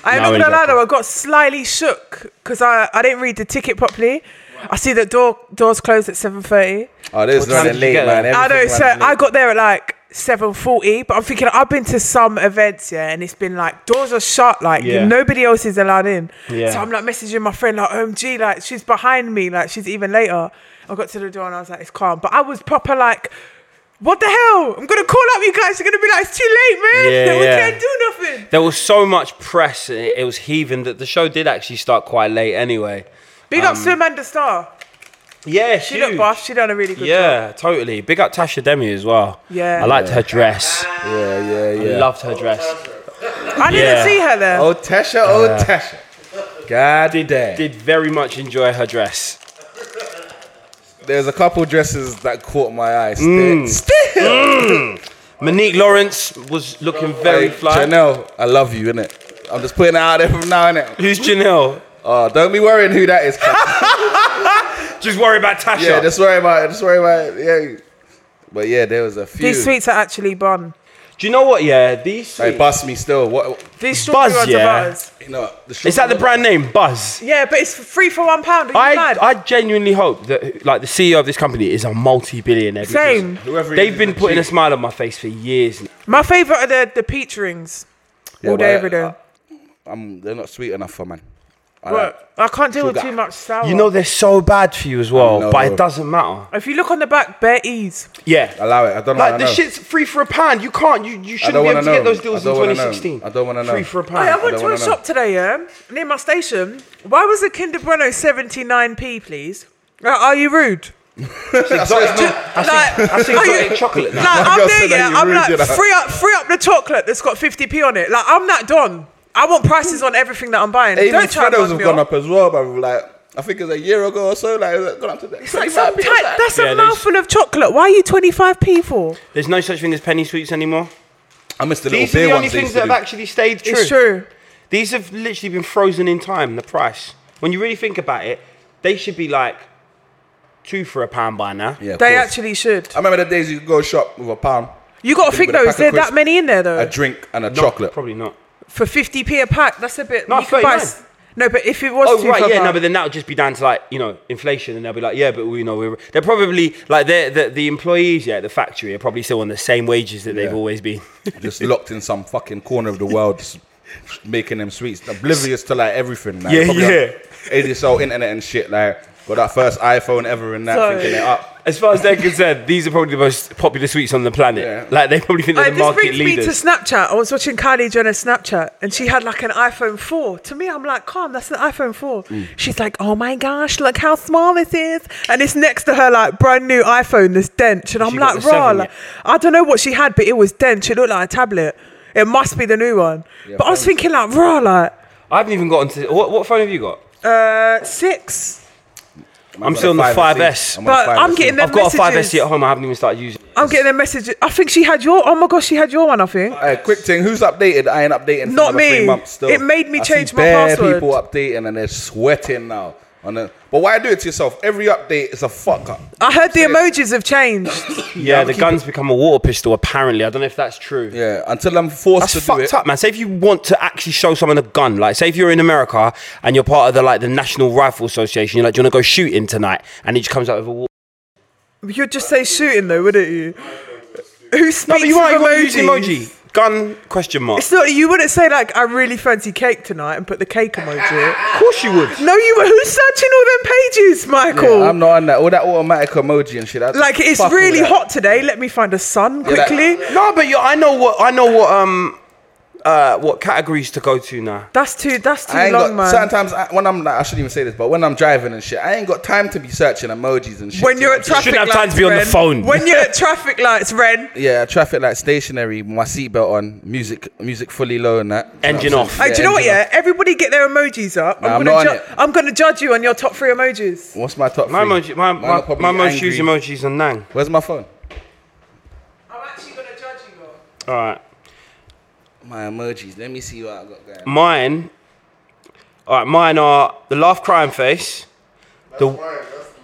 I'm No, not gonna lie exactly. though, I got slightly shook because I, I didn't read the ticket properly. I see the door doors closed at seven thirty. oh, there's What time running did you late, get man. there? I know, Everything so running I late. got there at like seven forty, but I'm thinking I've been to some events, yeah, and it's been like doors are shut, like Yeah. nobody else is allowed in. Yeah. So I'm like messaging my friend, like OMG, like she's behind me, like she's even later. I got to the door and I was like, it's calm, but I was proper like. What the hell? I'm gonna call up you guys. You're gonna be like, it's too late, man. Yeah, we yeah. can't do nothing. There was so much press. It, it was heaving that the show did actually start quite late. Anyway, Big Um, up to Amanda Starr. yeah, She looked boss. She done a really good job. Yeah, totally. Big up Tasha Demi as well. Yeah. I liked her dress. Yeah, yeah, yeah. Loved her dress. I didn't Yeah. see her there. Oh, Tasha. Oh, Tasha. God Did damn. did very much enjoy her dress. There's a couple dresses that caught my eye. Still, Mm. Monique Lawrence was looking very Mm. fly. Chanel, I love you, innit? I'm just putting it out there from now, innit? Who's Janelle? Oh, don't be worrying who that is. cuz. Just worry about Tasha. yeah, just worry about it. Just worry about it. Yeah. But yeah, there was a few. These sweets are actually bun. Do you know what? Yeah, these. They bust me still. What? These strawberry Buzz, ones yeah. are butters. You know, the is that the brand name Buzz? Yeah, but it's free for one pound. Are you I, mad? I genuinely hope that like the CEO of this company is a multi-billionaire. because Same. Whoever he They've is, been he's a putting a G. smile on my face for years. now. My favourite are the, the peach rings. all day, but, every day. uh, Um, they're not sweet enough for man. I like- But I can't deal with Sugar. too much sour. You know they're so bad for you as well, know. but it doesn't matter. if you look on the back, bare ease. Yeah, Allow it. I don't like wanna the know. shit's free for a pound. You can't. You you shouldn't don't be able wanna to get know. those deals I in don't wanna know. 2016. I don't wanna know. Free for a pound. Hey, I don't went to a wanna know. shop today, yeah, near my station. Why was the Kinder Bueno 79p, please? Uh, are you rude? like, I think exotic chocolate now. Like, I'm girl there, said that yeah. you I'm ruined like, it, huh? free up, free up the chocolate that's got 50p on it. Like, I'm not done. I want prices on everything that I'm buying. Even Don't try to Freddos mug have me gone up. up as well, but like I think it's a year ago or so. Like it's gone up to that. It's like some type, that's Yeah, a they s- mouthful of chocolate. Why are you 25p for? There's no such thing as penny sweets anymore. I missed the little These are beer the only ones. they things used to that have do. actually stayed true. It's true. These have literally been frozen in time. The price, when you really think about it, they should be like two for a pound by now. Yeah, of They course. actually should. I remember the days you could go shop with a pound, You got to think Think with a though, pack is of there that crisps. many in there though? a drink, and a Not- chocolate. Probably not. For 50p a pack, that's a bit. No, you could buy s- 39. No, but if it was Oh two right, for yeah, a no, pound- but then that would just be down to like you know inflation, and they'll be like, yeah, but we know we're they're probably like they're the, the employees, yeah, at the factory are probably still on the same wages that they've Yeah. always been. just locked in some fucking corner of the world, just making them sweets, oblivious to like everything. Like, Yeah, probably yeah. on ADSL internet and shit. Like Got that first iPhone ever and that, Sorry. thinking it up. As far as they're concerned, these are probably the most popular sweets on the planet. Yeah. Like they probably think they're Like, the this market brings me to leaders. Snapchat. I was watching Kylie Jenner's Snapchat and she had like an iPhone 4. To me, I'm like, calm, that's an iPhone 4. Mm. She's like, oh my gosh, look how small this is. And it's next to her like brand new iPhone that's dench. And I'm she got like, the raw. seven Like, I don't know what she had, but it was dench. It looked like a tablet. It must be the new one. but I was thinking like, raw, like, I haven't even gotten to what, what phone have you got? uh, six. I'm still on the 5S. on the But I'm 5S. getting them I've got a messages. 5S at home. I haven't even started using. it. I'm getting a message. I think she had your. Oh my gosh, she had your one. I think. Hey, quick thing, who's updated? I ain't updating. for Not another three me. months still. It made me I see change my bare password. People updating and they're sweating now. On the, but why do it to yourself? Every update is a fuck up. I heard the emojis have changed. Yeah, the keep gun's become a water pistol. Apparently, I don't know if that's true. Yeah, until I'm That's forced to do fucked it. up, man. Say if you want to actually show someone a gun, like say if you're in America and you're part of the like the National Rifle Association, you're like, do you want to go shooting tonight? And he just comes out with a water. You'd just say shooting though, wouldn't you? Who speaks No, but you with are emojis? using emoji. Gun question mark. It's not. You wouldn't say like, "I really fancy cake tonight" and put the cake emoji. Of course you would. no, you. Who's searching all them pages, Michael? Yeah, I'm not on that. All that automatic emoji and shit. I just like it's fuck all really that. hot today. Let me find a sun that- quickly. No, but you I know what I know what um uh what categories to go to now. that's too. That's too I ain't long, got. man. Sometimes I, when I'm, like, I shouldn't even say this, but when I'm driving and shit, I ain't got time to be searching emojis and shit. when you're at traffic, traffic shouldn't have lights, time to be on the Ren. phone. When you're at traffic lights, Ren. yeah, traffic like stationary, my seatbelt on, music, music fully low and that. Engine You know what I'm off. saying? Hey, do you know what? engine Yeah, everybody get their emojis up. Nah, I'm gonna not on it. I'm gonna judge you on your top three emojis. off. What's my top? My three? emoji my Mine my, are probably my most angry. used emojis are Nang. Where's my phone? I'm actually gonna judge you. Though. Alright. My emojis. Let me see what I got going. Mine Alright, mine are the laugh crying face. The Mine, that's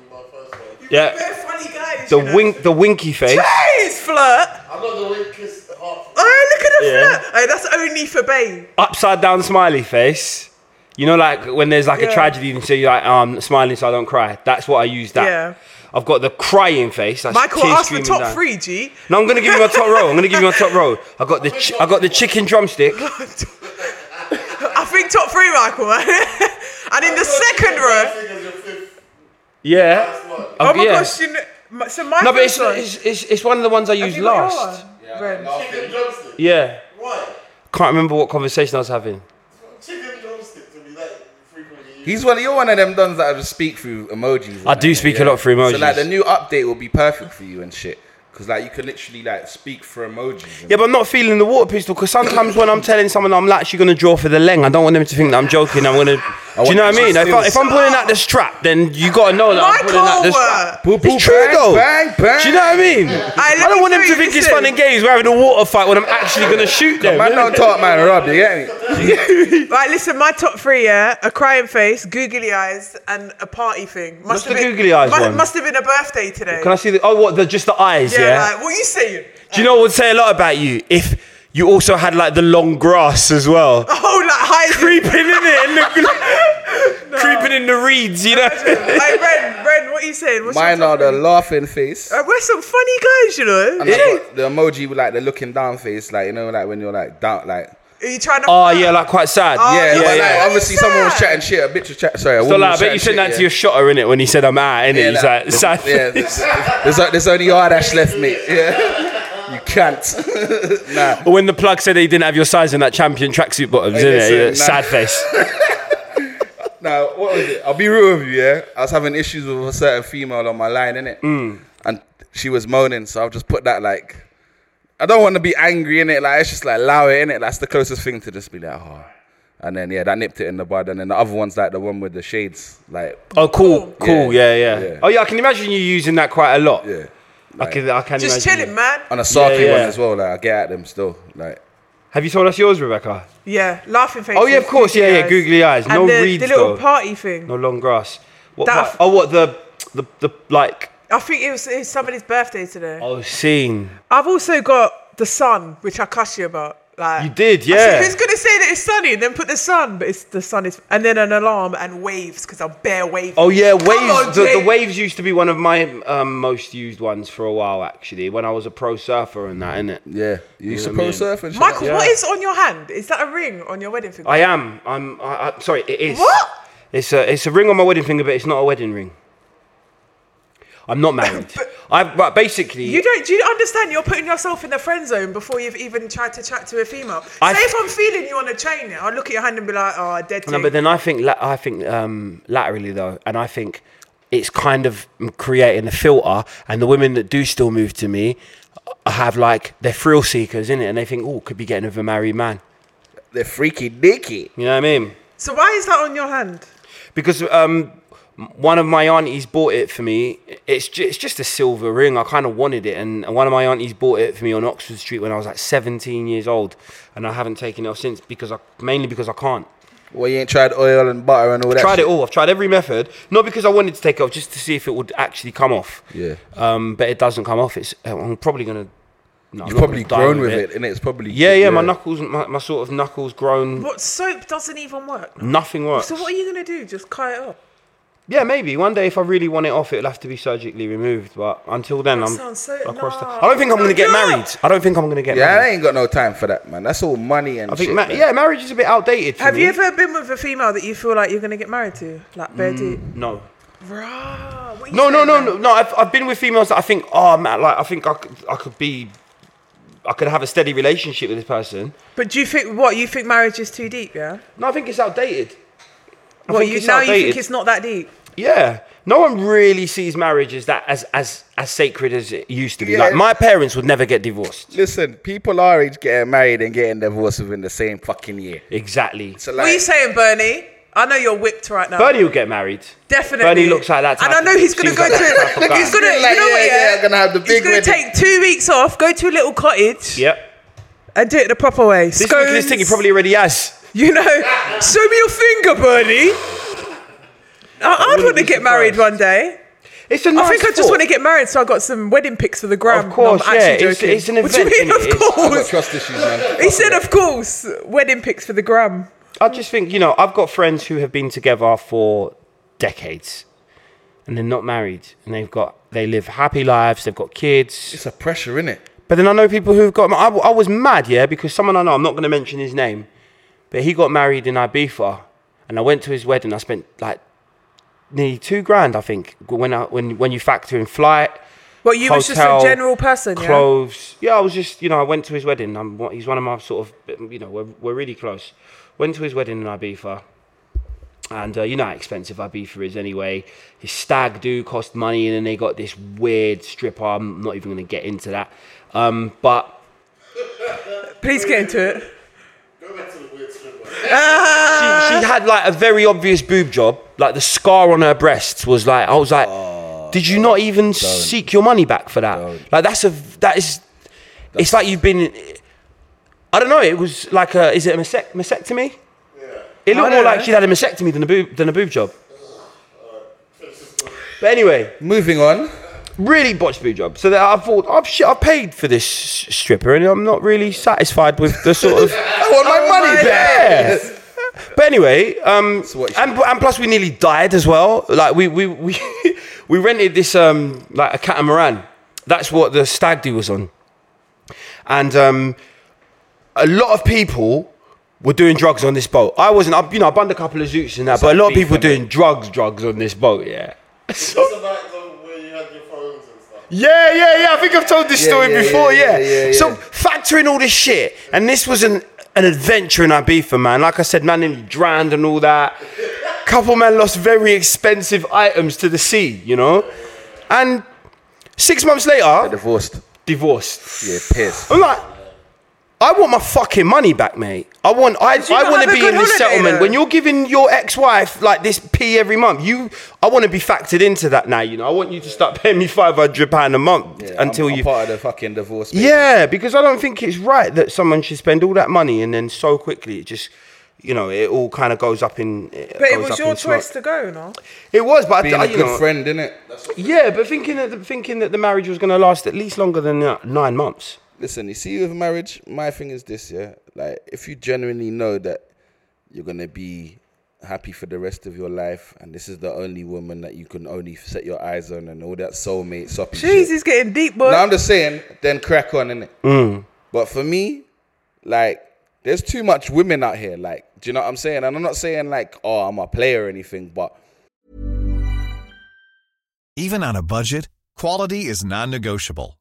my first one. yeah. They're funny guys. The you know. wink the winky face. Babes flirt. I got the way kiss heart. Oh, look at the Yeah. flirt. Hey, that's only for babe. upside down smiley face. You know, like when there's like a Yeah. tragedy and so you're like, oh, I'm smiling so I don't cry. That's what I use that. Yeah. I've got the crying face. That's Michael tears asked for streaming top down. three, G. No, I'm gonna give you my top row. I'm gonna give you my top row. I got the ch- I got the chicken drumstick. I think top three, Michael. and in the second row. Fingers your fifth. Yeah. Oh my yeah. gosh, you know, so my No, but it's, first one- it's, it's, it's one of the ones I Have used you got your last. one, Ren? Chicken drumstick. Yeah. Why? Can't remember what conversation I was having. Chicken drumstick to be that frequently used. He's one. You're one of them dons that I just speak through emojis. I do speak a lot through So emojis. like the new update will be perfect for you and shit, because like you can literally like speak for emojis. Yeah, but I'm not feeling the water pistol because sometimes when I'm telling someone I'm actually going to draw for the leng, I don't want them to think that I'm joking. I'm going to. Do you know what I mean? If, I, if I'm pulling out the strap, then you got to know that I'm pulling out the strap. Michael! it's true bang, though. bang, bang. Do you know what I mean? let I don't me want them tell to you, think it's listen. fun and games. We're having a water fight when I'm actually going to shoot them. man, don't talk, man. Rob, you get me? Right, listen, my top three, yeah, a crying face, googly eyes, and a party thing. Must What's have the been- googly eyes mu- one? Must have been a birthday today. Can I see the? Oh, what? The, just the eyes. Yeah. yeah, like, what are you saying? Do you know what would say a lot about you if you also had like the long grass as well? Oh, like high creeping in it, in the, creeping in the reeds, you know. Hey, Ren, Ren, what are you saying? What's your Mine top are the three? laughing face. Uh, we're some funny guys, you know. And I got the emoji with like the looking down face, like you know, like when you're like down, like Are you trying to? Oh yeah, like quite sad. Oh, yeah, yeah, but yeah. like obviously Sad. someone was chatting shit, a bitch was chatting. Sorry, a So woman like, I was bet you chatting sent that shit, to your shotter in it when he said I'm out in yeah. it. He's like- like sad. Yeah, there's, there's, there's only hard ash left, mate. Yeah, you can't. nah. Or when the plug said he didn't have your size in that champion tracksuit bottoms, Hey, innit? Yeah, listen, sad nah. face. Now, what was it? I'll be real with you, yeah? I was having issues with a certain female on my line, innit? Mm. And she was moaning, so I've just put that like, I don't want to be angry, innit? Like, it's just like, allow it, innit? That's the closest thing to just be like, oh. And then, yeah, that nipped it in the bud. And then the other one's like the one with the shades. Like, Oh, cool, cool, yeah, Yeah, yeah. yeah. Oh yeah, I can imagine you using that quite a lot. yeah. I can, I can Just imagine chilling, it. man. On a sarky yeah. one as well, like, I get at them still. Like, Have you told us yours, Rebecca? Yeah, laughing face. Oh, yeah, of course, yeah, yeah, googly eyes. No and the, reeds, the little though. party thing. No long grass. What? That- part- oh, what the, the, the like. I think it was, it was somebody's birthday today. Oh, scene. I've also got the sun, which I cuss you about. Like You did, I said, yeah. Who's gonna say that it's sunny and then put the sun? But it's the sun is, and then an alarm and waves because I'm bare waving. Oh yeah, waves. Come on, the, the Jake. waves used to be one of my um, most used ones for a while, actually, when I was a pro surfer and that, innit? yeah. You used to pro surf and shit. Michael, like what is on your hand? Is that a ring on your wedding finger? I am. I'm. I, I, sorry, it is. What? It's a. It's a ring on my wedding finger, but it's not a wedding ring. I'm not married. I right, basically You don't. Do you understand? You're putting yourself in the friend zone before you've even tried to chat to a female. I- Say if I'm feeling you on a chain now, I look at your hand and be like, "Oh, dead." No, thing." but then I think la- I think um, laterally though, and I think it's kind of creating a filter. And the women that do still move to me have like they're thrill seekers in it, and they think, oh, could be getting with a married man. They're freaky dicky. You know what I mean? so why is that on your hand? Because um, one of my aunties bought it for me. It's ju- it's just a silver ring. I kind of wanted it, and one of my aunties bought it for me on Oxford Street when I was like 17 years old, and I haven't taken it off since because I mainly because I can't. Well, you ain't tried oil and butter and all that. tried shit. it all. I've tried every method, not because I wanted to take it off, just to see if it would actually come off. Yeah. Um, but it doesn't come off. It's uh, I'm probably gonna. No, I'm You've not probably gonna die grown with it, and it's probably Yeah, yeah, My knuckles, my, my sort of knuckles grown. What soap doesn't even work. Nothing works. So what are you gonna do? Just cut it up. Yeah, maybe one day if I really want it off, it'll have to be surgically removed. But until then, That I'm. sounds so- across the- nah. I don't think I'm gonna get No. married. I don't think I'm gonna get Yeah, I married. ain't got no time for that, man. That's all money and I think shit. ma- man. yeah, marriage is a bit outdated. For Have me. you ever been with a female that you feel like you're gonna get married to, like bare deep? No. Rah, what you Mm. No, no, saying no, now? no, no. I've, I've been with females that I think, oh man, like I think I could, I could be, I could have a steady relationship with this person. But do you think what you think marriage is too deep? Yeah. No, I think it's outdated. I Well, think you it's now you outdated. think it's not that deep. Yeah. No one really sees marriage as that as as as sacred as it used to be. Like Yeah. my parents would never get divorced. Listen, people our age getting married and getting divorced within the same fucking year. Exactly. So what are you like, saying, Bernie? I know you're whipped right now. Bernie will get married. Definitely. Bernie looks like that. And I type- know he's going to seems go like to that type of Look, guy. he's He's going to, He's like, you know what, yeah, yeah, I'm gonna have the He's big going to wedding. take two weeks off, go to a little cottage Yep. and do it the proper way. This Scones, this thing he probably already has. You know, show me your finger, Bernie. I, I'd wouldn't want to be get married surprised. one day. It's a I nice think I just thought. want to get married so I got some wedding pics for the gram. Of course, no, I'm actually yeah, it's- joking. it's an What do you event, mean, innit? of It's- I've I've got course? trust issues, man. He said, of course, wedding pics for the gram. I just think you know I've got friends who have been together for decades, and they're not married, and they've got they live happy lives. They've got kids. It's a pressure, innit? But then I know people who've got. I, I was mad, yeah, because someone I know, I'm not going to mention his name, but he got married in Ibiza, and I went to his wedding. I spent like nearly two grand, I think, when I, when when you factor in flight. Well, you was just a hotel, general person, yeah? Clothes. Yeah, I was just you know I went to his wedding. I'm, one- he's one of my sort of you know we're we're really close. Went to his wedding in Ibiza. And uh, you know how expensive Ibiza is anyway. His stag do cost money, and then they got this weird stripper. I'm not even going to get into that. Um, but Please get into it. Go back to the weird strip. she, Uh. she had like a very obvious boob job. Like the scar on her breasts was like I was like, Oh, did you not even seek your money back for that? Like that's a that is, it's like you've been. I don't know. It was like a is it a mastec- mastectomy? It looked don't more like know. she'd had a mastectomy than a boob than a boob job. But anyway, Moving on. really botched boob job. So that I thought I've sh- I paid for this s- stripper and I'm not really satisfied with the sort of. I want my money Oh my back. days. But anyway, um, So what you- and, and plus we nearly died as well. Like we we we, we rented this um like a catamaran. That's what the stag do was on, and um, a lot of people were doing drugs on this boat. I wasn't. I, you know, I bunned a couple of zoots and that, but a lot of people were doing drugs, drugs on this boat. Yeah. So- It's about the where you had your phones and stuff. yeah, yeah, yeah. I think I've told this Yeah, story yeah, before. Yeah, yeah, yeah, yeah, So yeah. factoring all this shit, and this was an an adventure in Ibiza, man. Like I said, man, nearly drowned and all that. Couple man lost very expensive items to the sea, you know. And six months later, Divorced. divorced. Yeah, pissed. I'm like, I want my fucking money back, mate. I want, I, you I not want have to a be good in the holiday, settlement. though? When you're giving your ex-wife like this p every month, you, I want to be factored into that now. You know, I want you to start paying me five hundred pound a month Yeah, until I'm, you. I'm part of the fucking divorce. mate. yeah, because I don't think it's right that someone should spend all that money and then so quickly it just, you know, it all kind of goes up in. But it was your choice to go, no? It was, but Being I, a you good know, friend, innit? yeah, but thinking that the, thinking that the marriage was going to last at least longer than uh, nine months. Listen, you see, with marriage, my thing is this, yeah. Like, if you genuinely know that you're gonna be happy for the rest of your life, and this is the only woman that you can only set your eyes on, and all that soulmate soppy Jeez, shit. he's getting deep, boy. No, I'm just saying, then crack on, innit? Mm. But for me, like, there's too much women out here. Like, do you know what I'm saying? And I'm not saying like, oh, I'm a player or anything, but Even on a budget, quality is non-negotiable.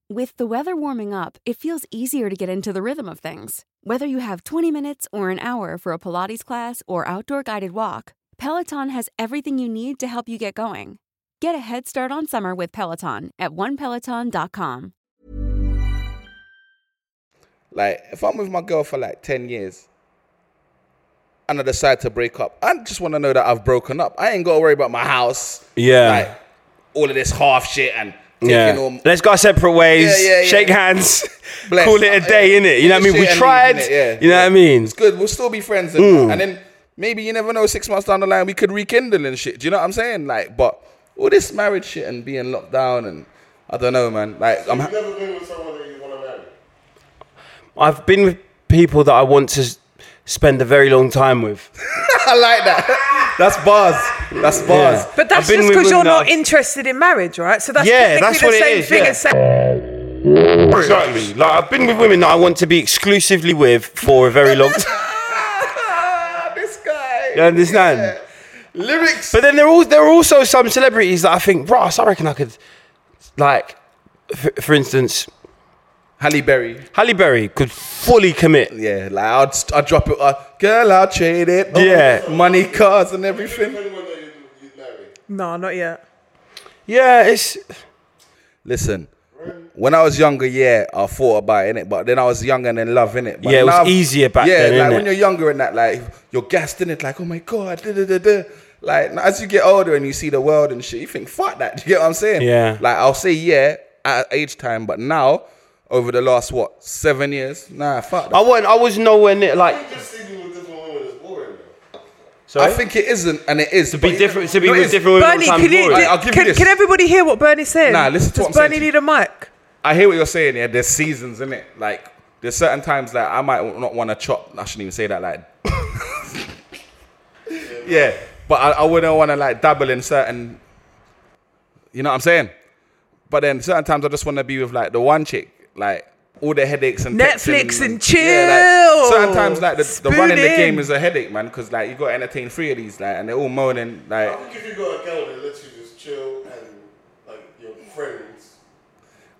With the weather warming up, it feels easier to get into the rhythm of things. Whether you have 20 minutes or an hour for a Pilates class or outdoor guided walk, Peloton has everything you need to help you get going. Get a head start on summer with Peloton at onepeloton.com. Like, if I'm with my girl for like 10 years and I decide to break up, I just want to know that I've broken up. I ain't got to worry about my house. Yeah. Like, all of this half shit and taking Yeah. all. Let's go our separate ways, Yeah, yeah, yeah. shake hands, Bless. Uh, call it a day, Yeah. innit? You know what I mean? Shit We and leave, tried. innit? Yeah. You know what I Yeah. mean? Mm. It's good. We'll still be friends. And, and then maybe you never know, six months down the line, we could rekindle and shit. Do you know what I'm saying? Like, but all this marriage shit and being locked down and I don't know, man. Like, I'm. You've Ha- never been with someone that you want to marry. I've been with people that I want to s- spend a very long time with. I like that. That's bars. That's bars. Yeah. But that's I've been just with because you're women not that- interested in marriage, right? So that's Yeah, technically that's the what it same is, thing yeah. as saying, Exactly. Like I've been with women that I want to be exclusively with for a very long time. this guy. You understand? Lyrics. But then there are there are also some celebrities that I think, Ross, I reckon I could, like, for, for instance, Halle Berry. Halle Berry could fully commit. Yeah, like I'd, st- I'd drop it. Uh, Girl, I'll trade it. all. Yeah. Money, cars, and everything. Anyone that you, you'd marry. no, not yet. Yeah, it's Listen, when I was younger, yeah, I thought about it, innit? but then I was younger and in love, innit? But Yeah, it was now- easier back yeah, then, like innit? when you're younger and that, like, you're gassed in it, like, oh my God, da da da da. Like, now as you get older and you see the world and shit, you think, fuck that. Do you get what I'm saying? Yeah. Like, I'll say, yeah, at age time, but now, over the last, what, seven years? Nah, fuck that. I wasn't I was nowhere near like Just sleeping with different women is boring, though. sorry? I think it isn't, and it is. to be different to be No, it with is. different women. Bernie, all the can, time you, boring. Like, I'll give you can, this. can everybody hear what Bernie's saying? Nah, listen Does to what I'm saying Bernie to you. need a mic? I hear what you're saying. Yeah, there's seasons in it. Like there's certain times that I might not want to chop. I shouldn't even say that. Like, yeah, but I, I wouldn't want to like dabble in certain. You know what I'm saying? But then certain times I just want to be with like the one chick, like all the headaches and Netflix texting and like, certain chill. times like the, the Spoon running the in. game is a headache, man, because like you got to entertain three of these, like, and they're all moaning, like. I think if you got a girl that lets you just chill and, like, your friends.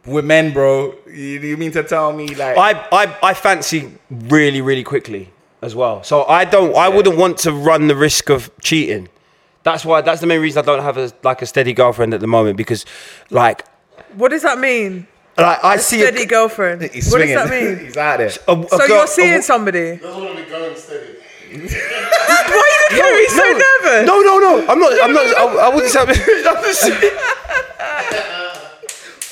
With men, bro, you, you mean to tell me like I, I I fancy really, really quickly as well. So I don't I wouldn't want to run the risk of cheating. That's why that's the main reason I don't have a like a steady girlfriend at the moment because like What does that mean? like I see a- Steady girlfriend. he's what swinging? does that mean? He's out there. a- a so girl- you're a seeing wo- somebody. That's want to be going steady. Why are you looking at me so nervous? No, no, no. I'm not. I'm not. I, I wouldn't say. I'm, I'm just-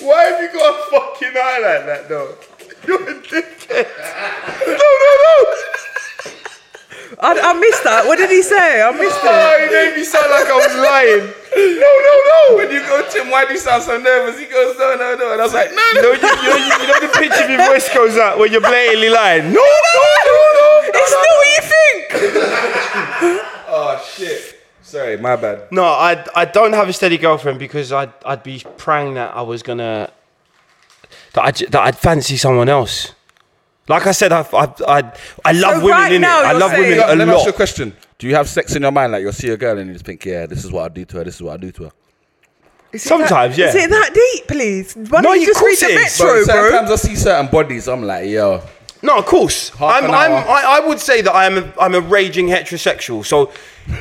Why have you got a fucking eye like that, though? You're a dickhead. no, no, no. I, I missed that. What did he say? I missed it. Oh, he made me sound like I was lying. No, no, no. When you go, Tim, why do you sound so nervous? He goes, no, no, no. And I was like, no, you, know, you, no. you, know, you know the pitch of your voice goes out when you're blatantly lying. No, no, no, no. It's not what you think. Oh, shit. Sorry, my bad. No, I I don't have a steady girlfriend because I'd I'd be praying that I was gonna that I'd, that I'd fancy someone else. Like I said, I I I, I love So women right in now I you're love saying- women Let a me ask you a lot. question. Do you have sex in your mind? Like, you'll see a girl and you just think, yeah, this is what I do to her, this is what I do to her. Is it Sometimes, that- yeah. Is it that deep, please? Why No, don't you of just read course the it is, Metro, bro? sometimes I see certain bodies, I'm like, yo. No, of course. Half I'm, an I'm, hour. I, I would say that I'm a, I'm a raging heterosexual. So yeah,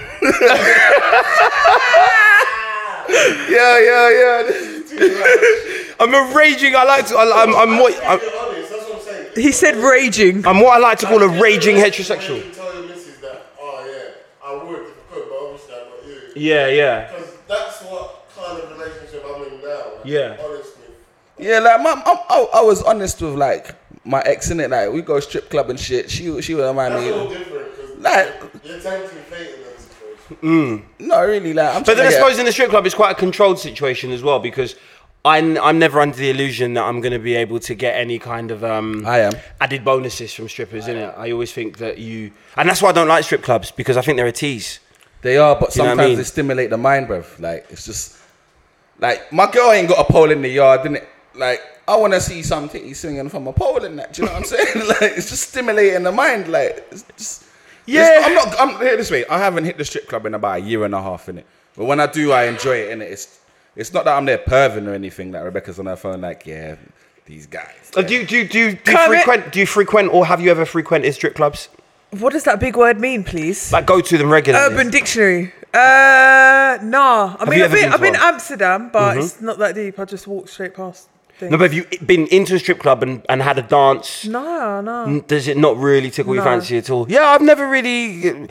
yeah, yeah. I'm a raging. I like to. I, I'm, I'm what. I'm, You're honest, that's what I'm saying. He said raging. I'm what I like to call a raging heterosexual. You tell your missus that, oh yeah, I would if I could, but obviously I'm not you. Yeah, yeah. Because that's what kind of relationship I'm in now. like, Yeah. Honestly. Yeah, like my, I'm, I, I was honest with like my ex in it. Like we go strip club and shit. She she would remind That's all me. different because Like you're tempting fate in that situation. not really. Like I'm. But then I tryna get- suppose in the strip club, it's quite a controlled situation as well because I'm, I'm never under the illusion that I'm going to be able to get any kind of um, I am. added bonuses from strippers, innit? I always think that you. And that's why I don't like strip clubs because I think they're a tease. They are, but You know what I sometimes mean? they stimulate the mind, bruv. Like it's just like my girl ain't got a pole in the yard, didn't it? Like I want to see some titty swinging from a pole and that. Do you know what I'm saying? like it's just stimulating the mind. Like it's just Yeah. it's- I'm not. I'm here this way. I haven't hit the strip club in about a year and a half in it, but when I do, I enjoy it in it. It's it's not that I'm there perving or anything. Like Rebecca's on her phone, like yeah, these guys. Uh, Do you, do you, do you, do you Kermit. frequent do you frequent or have you ever frequented strip clubs? What does that big word mean, please? Like go to them regularly. Urban Dictionary. Uh, nah. I mean, you I've ever been, been I've to been one? Mm-hmm. Amsterdam, but it's not that deep. I just walked straight past. Things. No, but have you been into a strip club and, and had a dance? no, no. N- Does it not really tickle your No. fancy at all? Yeah, I've never really.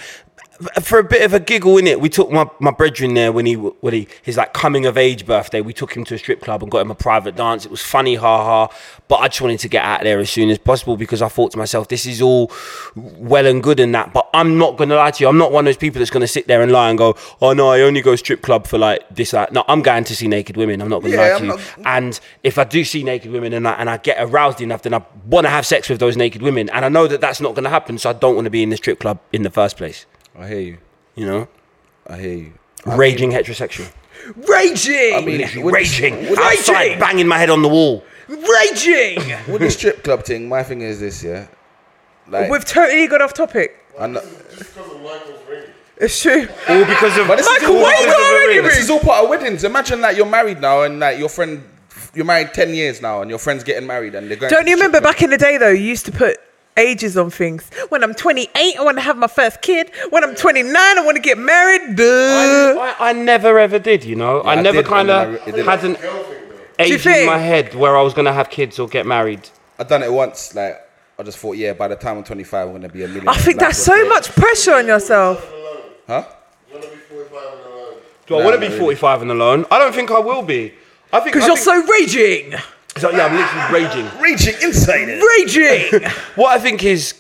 For a bit of a giggle in it, we took my my brethren there when he w- when he his like coming of age birthday. We took him to a strip club and got him a private dance. It was funny, ha ha. But I just wanted to get out of there as soon as possible because I thought to myself, this is all well and good and that, but I'm not gonna lie to you. I'm not one of those people that's gonna sit there and lie and go, oh no, I only go strip club for like this. That. No, I'm going to see naked women. I'm not gonna Yeah, lie to I'm you. not- And if I do see naked women and I, and I get aroused enough, then I want to have sex with those naked women. And I know that that's not going to happen, so I don't want to be in the strip club in the first place. I hear you. You know, I hear you. raging heterosexual, Raging! I mean, Literally with the- raging, with the- outside banging my head on the wall. Raging! with the strip club thing, my thing is this, yeah. Like, We've totally got off topic. I know- Just because of Michael's ring. It's true. All because of but this Michael, is all why part you of got weddings. a ring? This is all part of weddings. Imagine like you're married now, and like your friend, you're married ten years now, and your friend's getting married, and they're going. Don't to you the strip remember club. back in the day though? You used to put ages on things. When I'm 28, I want to have my first kid. When I'm 29, I want to get married. Duh. I, I, I never ever did. You know, I, I never did, and kind then I of re- it didn't. had an Girl thing though. age in think? my head where I was going to have kids or get married. I done it once. Like I just thought, yeah, by the time I'm 25, I'm gonna be a millionaire. I, think Like, that's what's so the- much pressure on yourself. Huh? You wanna be 45 and alone. Do I Nah, want to not be really. 45 and alone? I don't think I will be. I think Because I you're think- so raging. so yeah, I'm literally raging. Reaching insane. Raging. What I think is,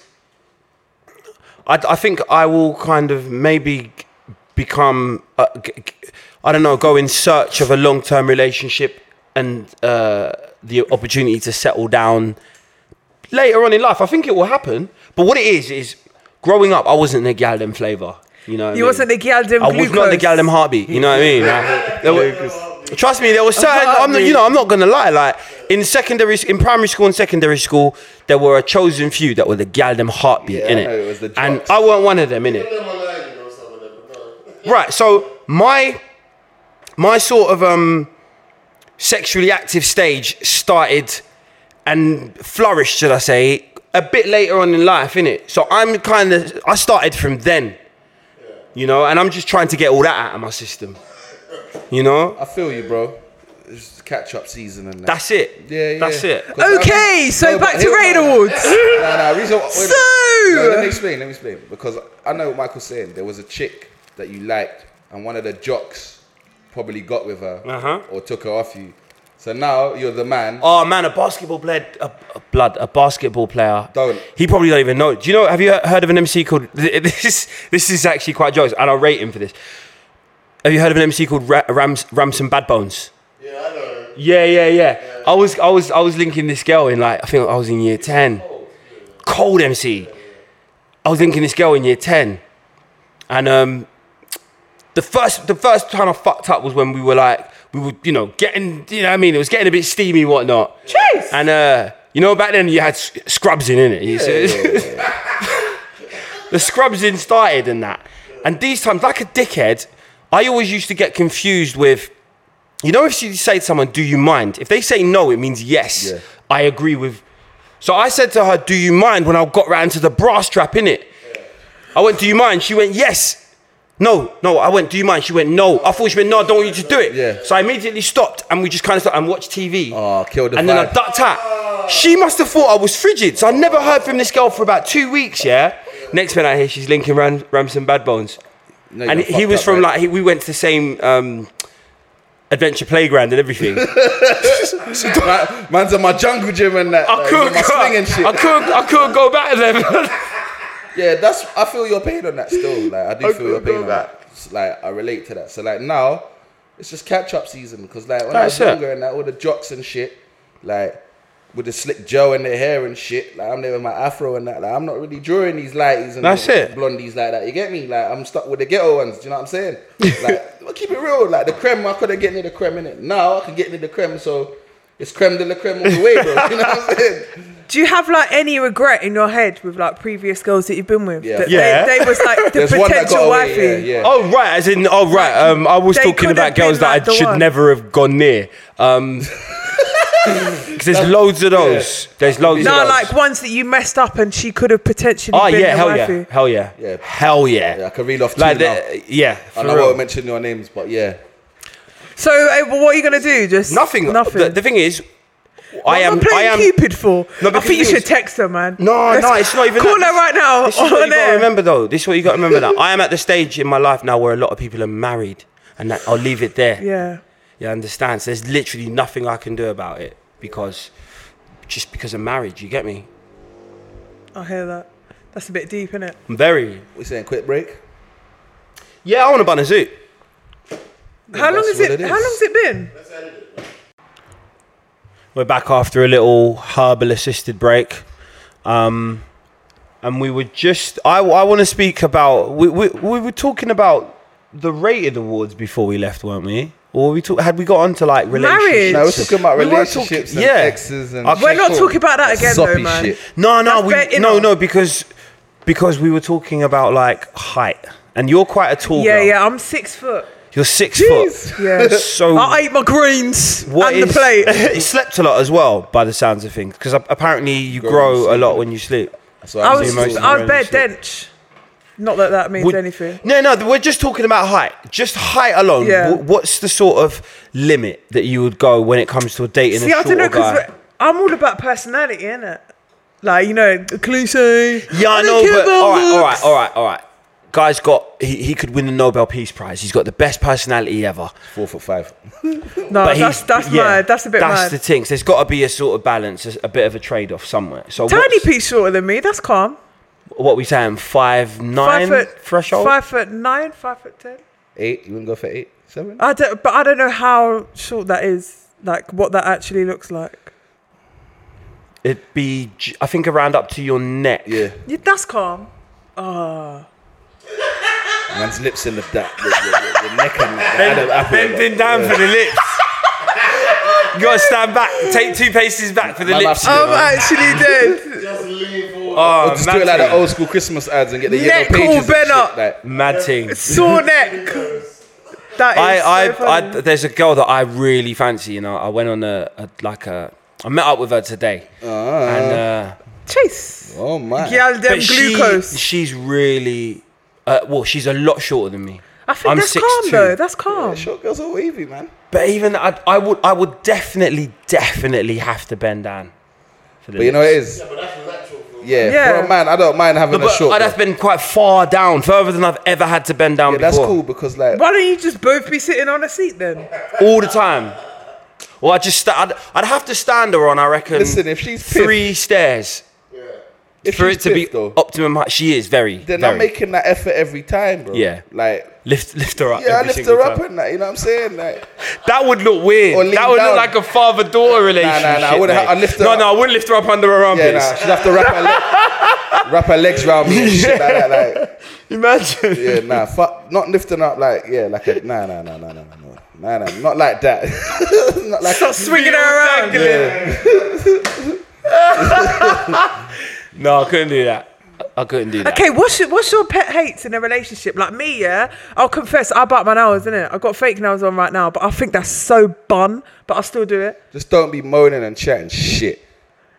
I, I think I will kind of maybe become, uh, g- g- I don't know, go in search of a long term relationship and uh, the opportunity to settle down later on in life. I think it will happen. But what it is, is growing up, I wasn't the gal them flavour. You know, what I You mean? wasn't the gal them I was not the glucose. gal them heartbeat. You know what I mean? Like, there were- trust me, there were certain. I'm not, you know, I'm not gonna lie. Like in secondary, s- in primary school and secondary school, there were a chosen few that were the gal them heartbeat Yeah, I in know, it was it, the and jocks. I weren't one of them in it. Put them on the line, you know, some of them, but no. Right. So my my sort of um sexually active stage started and flourished, should I say, a bit later on in life, innit? So I'm kind of I started from then, you know, and I'm just trying to get all that out of my system, you know. I feel you, bro. It's catch up season and that. That's it. Yeah, yeah. That's it. Okay, so No, but back to here- Raid Awards. Nah, nah, reason, wait, So- wait. No, let me explain. Let me explain because I know what Michael's saying. There was a chick that you liked, and one of the jocks probably got with her Uh-huh. or took her off you. So now you're the man. Oh man, a basketball player, a, a blood, a basketball player. Don't. He probably don't even know. Do you know? Have you heard of an MC called this? This is actually quite jokes, and I'll rate him for this. Have you heard of an MC called Ra- Rams Ramson Bad Bones? Yeah, I know. Yeah, yeah, yeah. I was, I was, I was linking this girl in like I think I was in year ten. Cold MC. I was linking this girl in year ten, and um, the first the first time I fucked up was when we were like we were you know getting you know what I mean it was getting a bit steamy and whatnot. Jeez. And uh, you know back then you had s- scrubs in it. the scrubs in started and that, and these times like a dickhead, I always used to get confused with. You know, if you say to someone, "Do you mind?" If they say no, it means yes. Yeah. I agree with. So I said to her, "Do you mind?" When I got round to the bra strap in it, I went, "Do you mind?" She went, "Yes." no, no. I went, do you mind? She went, no. I thought she went, no, I don't want you to do it. Yeah. So I immediately stopped and we just kind of stopped and watched TV. Aw, killed the And then I vibe. ducked out. She must have thought I was frigid. So I never heard from this girl for about two weeks, yeah? Next minute I hear she's linking Ram- Ramson Bad Bones. No, and you're he fucked was up, from mate. like, he, we went to the same um, adventure playground and everything. Man- man's on my jungle gym and that. I like, couldn't he's on my swing and shit. go. I couldn't. I couldn't go back to them. Yeah, that's. I feel your pain on that still. Like I do I feel your couldn't go pain on back. that. It's Like I relate to that. So like now, it's just catch up season because like when That's I it. was younger and like, all the jocks and shit, like with the slick Joe and the hair and shit. Like I'm there with my afro and that. Like I'm not really drawing these lighties and That's it. blondies like that. You get me? Like I'm stuck with the ghetto ones. Do you know what I'm saying? like well, keep it real. Like the creme, I couldn't get near the creme in it. Now I can get near the creme. So it's creme de la creme all the way, bro. you know what I'm saying? Do you have like any regret in your head with like previous girls that you've been with? Yeah. That Yeah. They, they was like the There's one that got potential away, wifey. yeah, yeah. Oh right, as in oh right. Um, I was They talking could about have been girls that like I the should one. never have gone near. Um 'cause there's loads of those. There's loads No, of those. like ones that you messed up and she could have potentially oh been yeah, your hell wifey. yeah, hell yeah, Ah, Yeah. hell yeah. Yeah, I can reel off two like now. the- yeah. For And I real. won't mention your names, but yeah. So eh, but what are you gonna do? Just Nothing. Nothing. The, the thing is, What I am. am I playing I am. Cupid for? No, I because think you the thing should is- text her, man. No, Let's no, it's not even. Call that. her right now. This is what on you got to air. remember, though. This is what you got to remember. That I am at the stage in my life now where a lot of people are married, and that I'll leave it there. Yeah. You understand? So there's literally nothing I can do about it because, just because of marriage, you get me? I hear that. That's a bit deep, innit? I'm very. We saying quick break? Yeah, I want to bun a zoo. How long that's is it, what it How long is. has it been? We're back after a little herbal assisted break. Um, and we were just, I, I want to speak about, we, we, we were talking about the rated awards before we left, weren't we? Or were we talk, had we got on to like relationships? Marriage. No, we're talking about We were relationships talking- and yeah. exes and Okay, We're not cool. talking about that again, though, soppy man. shit. No, no, That's fair we, enough. no, no, because because we were talking about like height, and you're quite a tall Yeah, girl. yeah. I'm six foot. You're six foot. Yeah. So I ate my greens what and the is- plate. you slept a lot as well, by the sounds of things, because apparently you grow a lot when you sleep. So I I'm was, saying most- emotional I was bare relationship. dench. Not that that means Would- anything. No, no, we're just talking about height. Just height alone. Yeah. Wh- What's the sort of limit that you would go when it comes to dating See, a I shorter don't know guy? because I'm all about personality, innit? Like you know, cliche. Yeah, I don't know, care but about all right, all right, looks. all right, all right. Guy's got he, he could win the Nobel Peace Prize. He's got the best personality ever. four foot five. No, But Oh, that's he's- that's yeah, mad. That's a bit That's mad. the thing. So there's got to be a sort of balance, a, a bit of a trade off somewhere. So Tiny what's- Pete's shorter than me. That's calm. What we saying? Five five nine foot threshold. Five foot nine, five foot ten. Eight. You wouldn't go for eight? Seven? I don't, but I don't know how short that is. Like what that actually looks like. It'd be j- I think around up to your neck. Yeah. Yeah, that's calm. Man's lips in the, da- the, the- the- the neck and that. Adam Apple, like, down for the lips. you gotta stand back. Take two paces back for the Man, lips. I've seen it, actually man. dead. Just lean forward. Uh, Oh, Just do it like mad the thing. old school Christmas ads and get the Neck yellow all pages. bent and shit, up. like. Mad thing. Sore neck. That is I, so I, funny. I, there's a girl that I really fancy. You know, I went on a, a like a. I met up with her today, Ah. and uh, Chase. Oh my. Yeah, them but she- glucose. she's really. Uh, well, she's a lot shorter than me. I think I'm that's 6'2". calm though. That's calm. Short girls are wavy, man. But even I, I would, I would definitely, definitely have to bend down. For the But you know what lips. it is? But that's natural for Yeah. Yeah. For a man, I don't mind having a But short I'd girl. have been quite far down, further than I've ever had to bend down Yeah, before. that's cool because like Why don't you just both be sitting on a seat then? all the time. Well, I just sta- I'd, I'd have to stand her on. I reckon. Listen, if she's piffed- three stairs if for she's it to be stiff, though, optimum height, she is very. then very. I'm making that effort every time, bro. Yeah. Like lift lift her up. yeah, I every lift single her up time. and that. You know what I'm saying? Like. That would look weird. Or lean That would down. look like a father daughter relationship. I wouldn't- mate. I'd lift her no, up. no, I wouldn't lift her up under her Yeah, armpits. nah, she'd have to wrap her, leg, wrap her legs round me and shit like that. Like, Imagine. yeah, nah, fuck, not lifting up like, yeah, like a, nah, nah, nah, nah, nah, nah, nah, nah, nah, not like that. not like Stop swinging her around. No, I couldn't do that. I couldn't do that. Okay, what's your, what's your pet hates in a relationship? Like me, yeah. I'll confess, I bite my nails, innit? I've got fake nails on right now, but I think that's so bun, but I still do it. Just don't be moaning and chatting shit.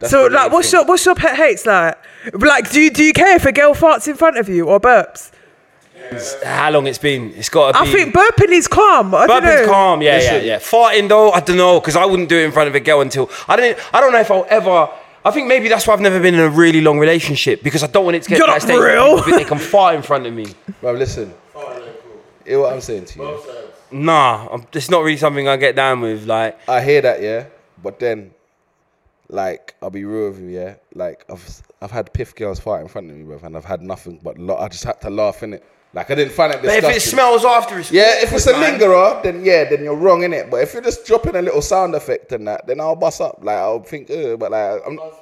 That's so, the main like, what's your what's your pet hates like? Like, do you, do you care if a girl farts in front of you or burps? How long it's been? It's got to be. I think burping is calm. I don't Burping's know. calm, yeah, yeah, Listen. yeah. Farting though, I don't know, because I wouldn't do it in front of a girl until I don't. I don't know if I'll ever. I think maybe that's why I've never been in a really long relationship because I don't want it to get You're to not that stage where real. people think they can fart in front of me. Bro, listen. Hear what I'm saying to you. Nah, I'm, it's not really something I get down with. Like, I hear that, yeah. But then, like, I'll be real with you, yeah. Like, I've I've had piff girls fight in front of me, bruv, and I've had nothing but lo- I just had to laugh in it. Like, I didn't find it but disgusting. if it smells after, it's Yeah, if it's a man. lingerer, then yeah, then you're wrong in it. But if you're just dropping a little sound effect and that, then I'll bust up. Like I'll think, Ugh, but like, I'm not.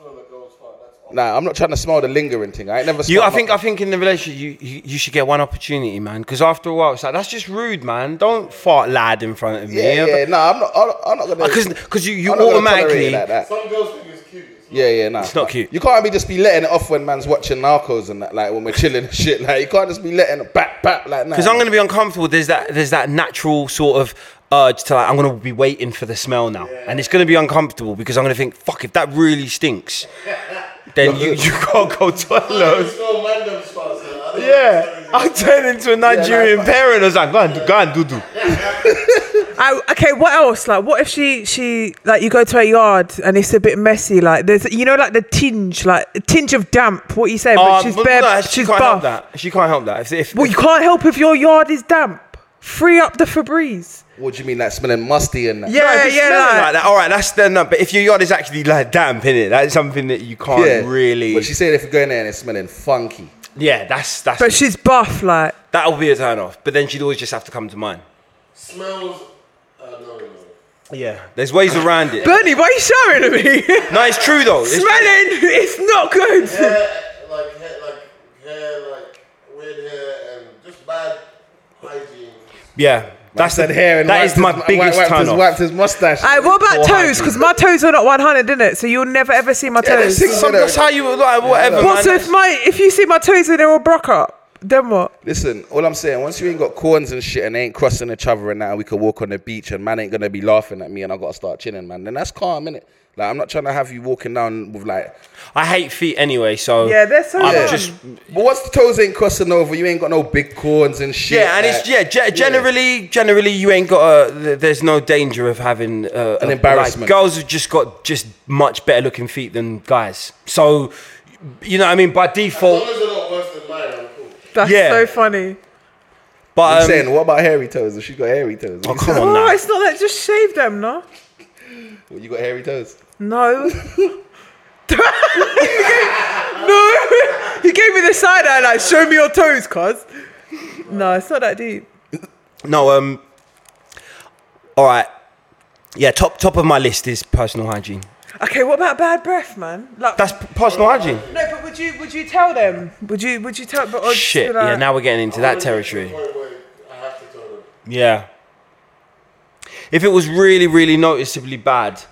Nah, I'm not trying to smell the lingering thing. I ain't never. You, smelled I think, no- I think in the relationship, you, you, you should get one opportunity, man. Because after a while, it's like that's just rude, man. Don't fart lad in front of me. Yeah, yeah. Nah, I'm not. I'm not- I'm not gonna. Because because Uh, you, you I'm not gonna automatically tolerate it like that. Some girls think it's cute. It's Yeah, yeah, nah. It's not cute. You can't be just be letting it off when man's watching Narcos and that, like when we're chilling and shit. Like you can't just be letting it back, back like that. because I'm gonna be uncomfortable. There's that there's that natural sort of urge to like I'm gonna be waiting for the smell now, and it's gonna be uncomfortable because I'm gonna think, fuck, if that really stinks, then you you can't go toilet. no man them spots. man. I don't Yeah, I turn into a Nigerian parent. I was like, go and go and do do. I, okay, what else? Like, what if she she like you go to her yard and it's a bit messy? Like, there's you know like the tinge, like a tinge of damp. What you say? But Um, she's but bare. no, she she's can't buff. help that. She can't help that. If, if, Well, you can't help if your yard is damp. Free up the Febreze. What do you mean, like smelling musty and that? Yeah, No, if it's yeah, smelling like- like that. All right, that's then up. But if your yard is actually like damp in it, that's something that you can't really. But she said if you go in there and it's smelling funky, yeah, that's that's. But she's buff, like. that'll be a turn off. But then she'd always just have to come to mine. Smells. Uh, no, no, no. Yeah, there's ways around it. Bernie, why are you shouting at me? no, it's true though. It's Smelling, it's not good. Hair, like hair, like hair, like weird hair, and just bad hygiene. Yeah, that's said the, hair and that wiped is my his- wi- biggest wiped turn his, off. wiped his mustache. Alright, what about Poor toes? hygiene. Because my toes are not 100, innit? So you'll never ever see my toes. that's- Some- that's how you like whatever. What man. so if my if you see my toes and they're all brock up, then what? Listen, all I'm saying, once you ain't got corns and shit and they ain't crossing each other and that, and we can walk on the beach and man ain't gonna be laughing at me and I gotta start chilling, man. Then that's calm, innit? Like I'm not trying to have you walking down with like. I hate feet anyway, so Yeah, they're so I'm dumb. just But once the toes ain't crossing over, you ain't got no big corns and shit. yeah, and like- it's yeah. Ge- generally, generally, you ain't got a. th- There's no danger of having uh, An a- embarrassment. Like, girls have just got just much better looking feet than guys. So, you know what I mean. By As long default, as they're not worse than mine, I'm cool. That's Yeah. so funny. but I'm um, saying, what about hairy toes? If she got hairy toes, oh, come on Oh, now. it's not that. Just shave them, no? Well, you got hairy toes. No. no. He gave me the side eye like, show me your toes, cuz. No, it's not that deep. No, um, all right, yeah. Top top of my list is personal hygiene. Okay, what about bad breath, man? Like That's p- personal hygiene. no, but would you would you tell them? Would you would you tell? But or just Shit. be like- Yeah. Now we're getting into that territory. Wait, wait. I have to tell them. Yeah. If it was really, really noticeably bad,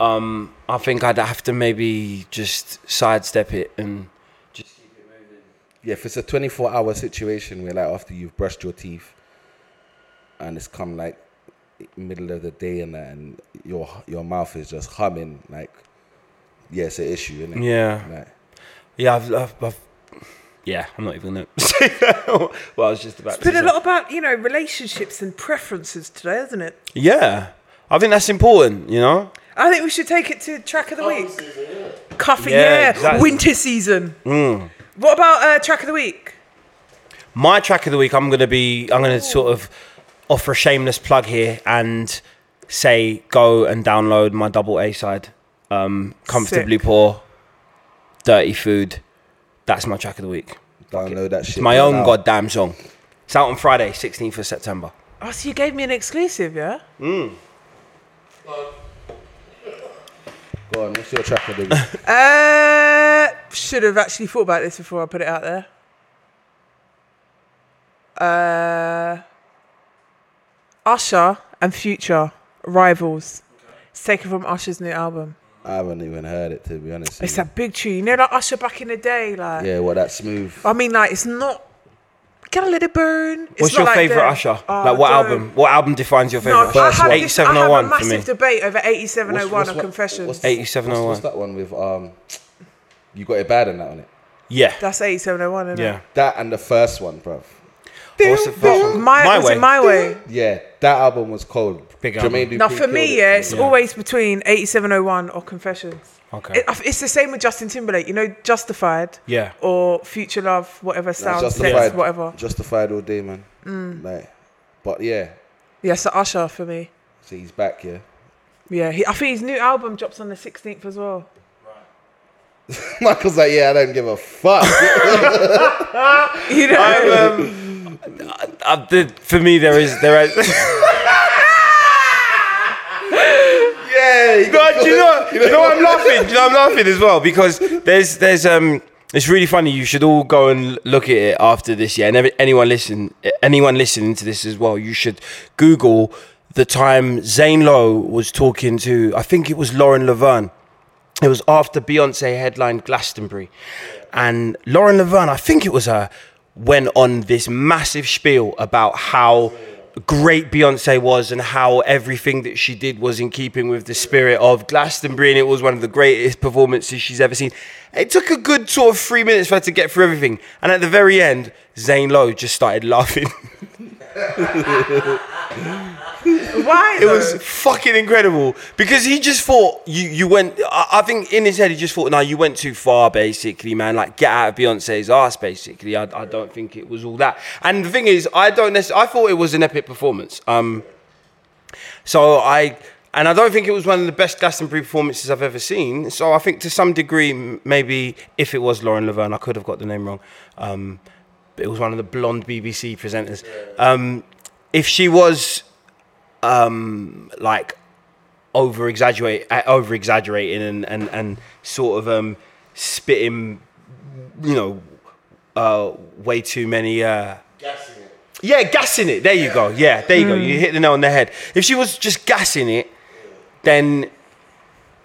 um, I think I'd have to maybe just sidestep it and just. Yeah, if it's a 24 hour situation where, like, after you've brushed your teeth and it's come like middle of the day and that, and your your mouth is just humming, like, yeah, it's an issue, isn't it? Yeah. Like, Yeah, I've, I've, I've yeah, I'm not even gonna say that. well, I was just about It's to been a say. lot about you know relationships and preferences today, hasn't it? Yeah, I think that's important. You know. I think we should take it to track of the week. Cuffing, Yeah, yeah, exactly. Hmm. winter season. What about uh, track of the week? my track of the week i'm going to be i'm going to sort of offer a shameless plug here and say go and download my double a side um comfortably Sick. poor dirty food that's my track of the week download that shit. it's my right own now. goddamn song it's out on friday 16th of september Oh, so you gave me an exclusive, yeah? Go on, what's your track of the week? Uh, should have actually thought about this before I put it out there. Uh, Usher and Future rivals. It's taken from Usher's new album. I haven't even heard it, to be honest. It's with a big tune. You know, like Usher back in the day, like. you. yeah, well, that smooth. I mean, like, it's not. Gotta let it burn. It's what's not your like favorite the- usher Oh, like what don't. album what album defines your No, favorite I have, this, I have a 8701 for massive me debate over 8701 What's- what's and what- oh Confessions. the- 8701. What's, what's that one with um? You got it bad in that on it. yeah That's 8701, isn't yeah it? That and the first one, bruv. But what's the first one? My, was it my way. Yeah, that album was cold. Big Jermaine Now Dupri for killed me, it. yeah, it's always between 8701 or Confessions. Okay. It- it's the same with Justin Timberlake. You know, Justified. Yeah. Or Future Love, whatever sound, sex, justified, whatever. justified all day, man. Like, but yeah, Yeah, so Usher for me. so he's back, yeah. Yeah, he, I think his new album drops on the 16th as well. Michael's like, yeah, I don't give a fuck. You know, Uh, the, for me, there is there is. yeah, he- God, you know, you know, I'm laughing. You know, I'm laughing as well because there's, there's, um, it's really funny. You should all go and look at it after this year, and every, anyone listen, anyone listening to this as well, you should Google the time Zane Lowe was talking to. I think it was Lauren Laverne. It was after Beyonce headlined Glastonbury, and Lauren Laverne, I think it was her, went on this massive spiel about how great Beyonce was and how everything that she did was in keeping with the spirit of Glastonbury, and it was one of the greatest performances she's ever seen. It took a good sort of three minutes for her to get through everything, and at the very end, Zane Lowe just started laughing. why? um, it was though? fucking incredible because he just thought you you went. I, I think in his head he just thought, "No, you went too far, basically, man. Like get out of Beyonce's ass, basically." I, I don't think it was all that. And the thing is, I don't necessarily. I thought it was an epic performance. Um, so I. And I don't think it was one of the best Glastonbury performances I've ever seen. So I think to some degree, m- maybe if it was Lauren Laverne, I could have got the name wrong. Um, but it was one of the blonde BBC presenters. Um, if she was um like over exaggerate over exaggerating uh, and, and and sort of um spitting you know uh way too many uh gassing it. yeah gassing it there you go yeah there you go you hit the nail on the head if she was just gassing it then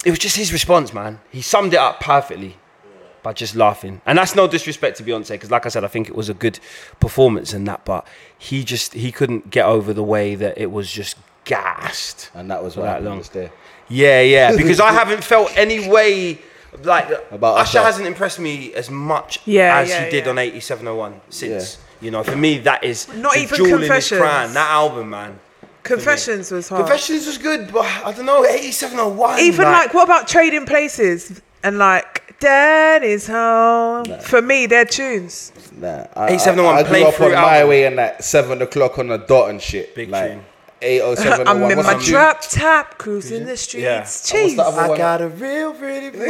it was just his response man he summed it up perfectly by just laughing and that's no disrespect to beyonce because like i said i think it was a good performance and that but he just he couldn't get over the way that it was just gassed and that was for what that happened long just there. yeah, yeah. Because I haven't felt any way like About Usher, Usher. hasn't impressed me as much Yeah, as yeah, he did yeah. on 8701 since. You know, for me that is Not the even jewel in his Confessions. crown, that album, man. Confessions was hard. Confessions was good, but I don't know 8701. Even like, what about Trading Places and like Dad is Home? For me, they're tunes. Nah, I, 871 I, I played grew up through on my album. way and that seven o'clock on the dot and shit. Big like, tune. Eight oh seven oh I'm one. in What's my the tune? trap tap, cruising the streets. Yeah. Jeez. the other one? a real pretty Wait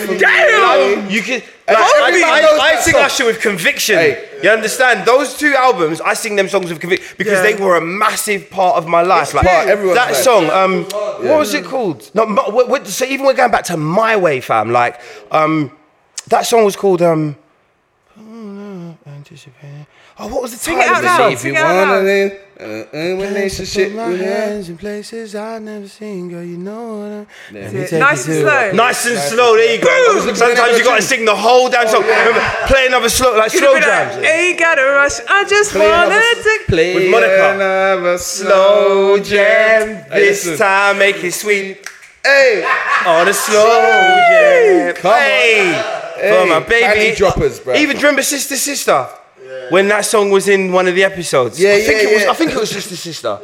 for Ooh! me. Damn! You can. Hey, Like, I, everybody I- knows I that sing song. Usher with conviction. Hey. You understand? Those two albums, I sing them songs with conviction because Yeah. they were a massive part of my life. like part of everyone's that life. song. Um, what was it called? No, my, what, what, so even we're going back to my way, fam. Like, um, that song was called um. Oh, what was the it title out of the loud. song? If you Sing it out want loud. to a relationship, My with her. hands in places I've never seen, girl. You know what I That's it. Nice and slow. Nice and slow. There you go. Sometimes you gotta sing the whole damn song. Remember, play another slow, like Could slow have been like, jams. Ain't gotta rush. I just wanna take. Play With Monica. another Slow jam. Hey, This listen. time, make it sweet Hey, on a slow jam. Come on. Oh, hey, for my baby. Panty droppers, bro. Even remember Sister Sister when that song was in one of the episodes. Yeah, I think yeah, it was. yeah. I think it was Sister Sister.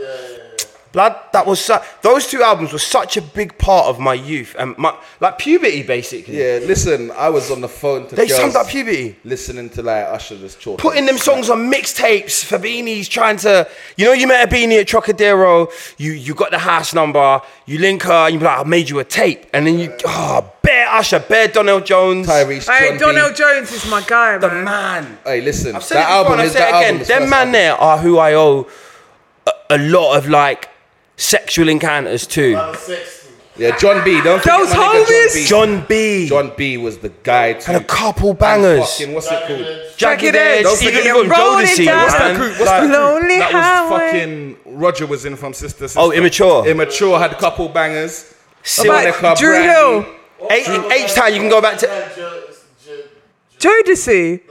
Blood. That was su- those two albums were such a big part of my youth and my like puberty basically. yeah, listen, I was on the phone to They girls summed up puberty. listening to like Usher just talking. Putting them songs on mixtapes, Fabini's trying to, you know, you met a Beanie at Trocadero, you you got the house number, you link her, and you be like, I made you a tape, and then you, oh, Bear Usher, Bear Donnell Jones, Tyrese Hey, John Donnell B. Jones is my guy, the man. man. Hey, listen, I've that said it before album and I is say that it album. again. Them man there are who I owe a, a lot of like sexual encounters to. Sexton. Yeah, John B. Don't forget Those my nigga homies. John B. John B. John B. was the guy to and a couple bangers. Fucking, what's it called? Jagged Edge. Don't forget Even you're you've got rolling Jodeci, down the man. creek. What's Like- the Lonely that highway. was fucking Roger was in from Sister. Sister. Oh, Immature. Immature had a couple bangers. Silk. Monica, Drew Brandy. Hill, H, H Town, you can go back to. Jodeci. There's a guy.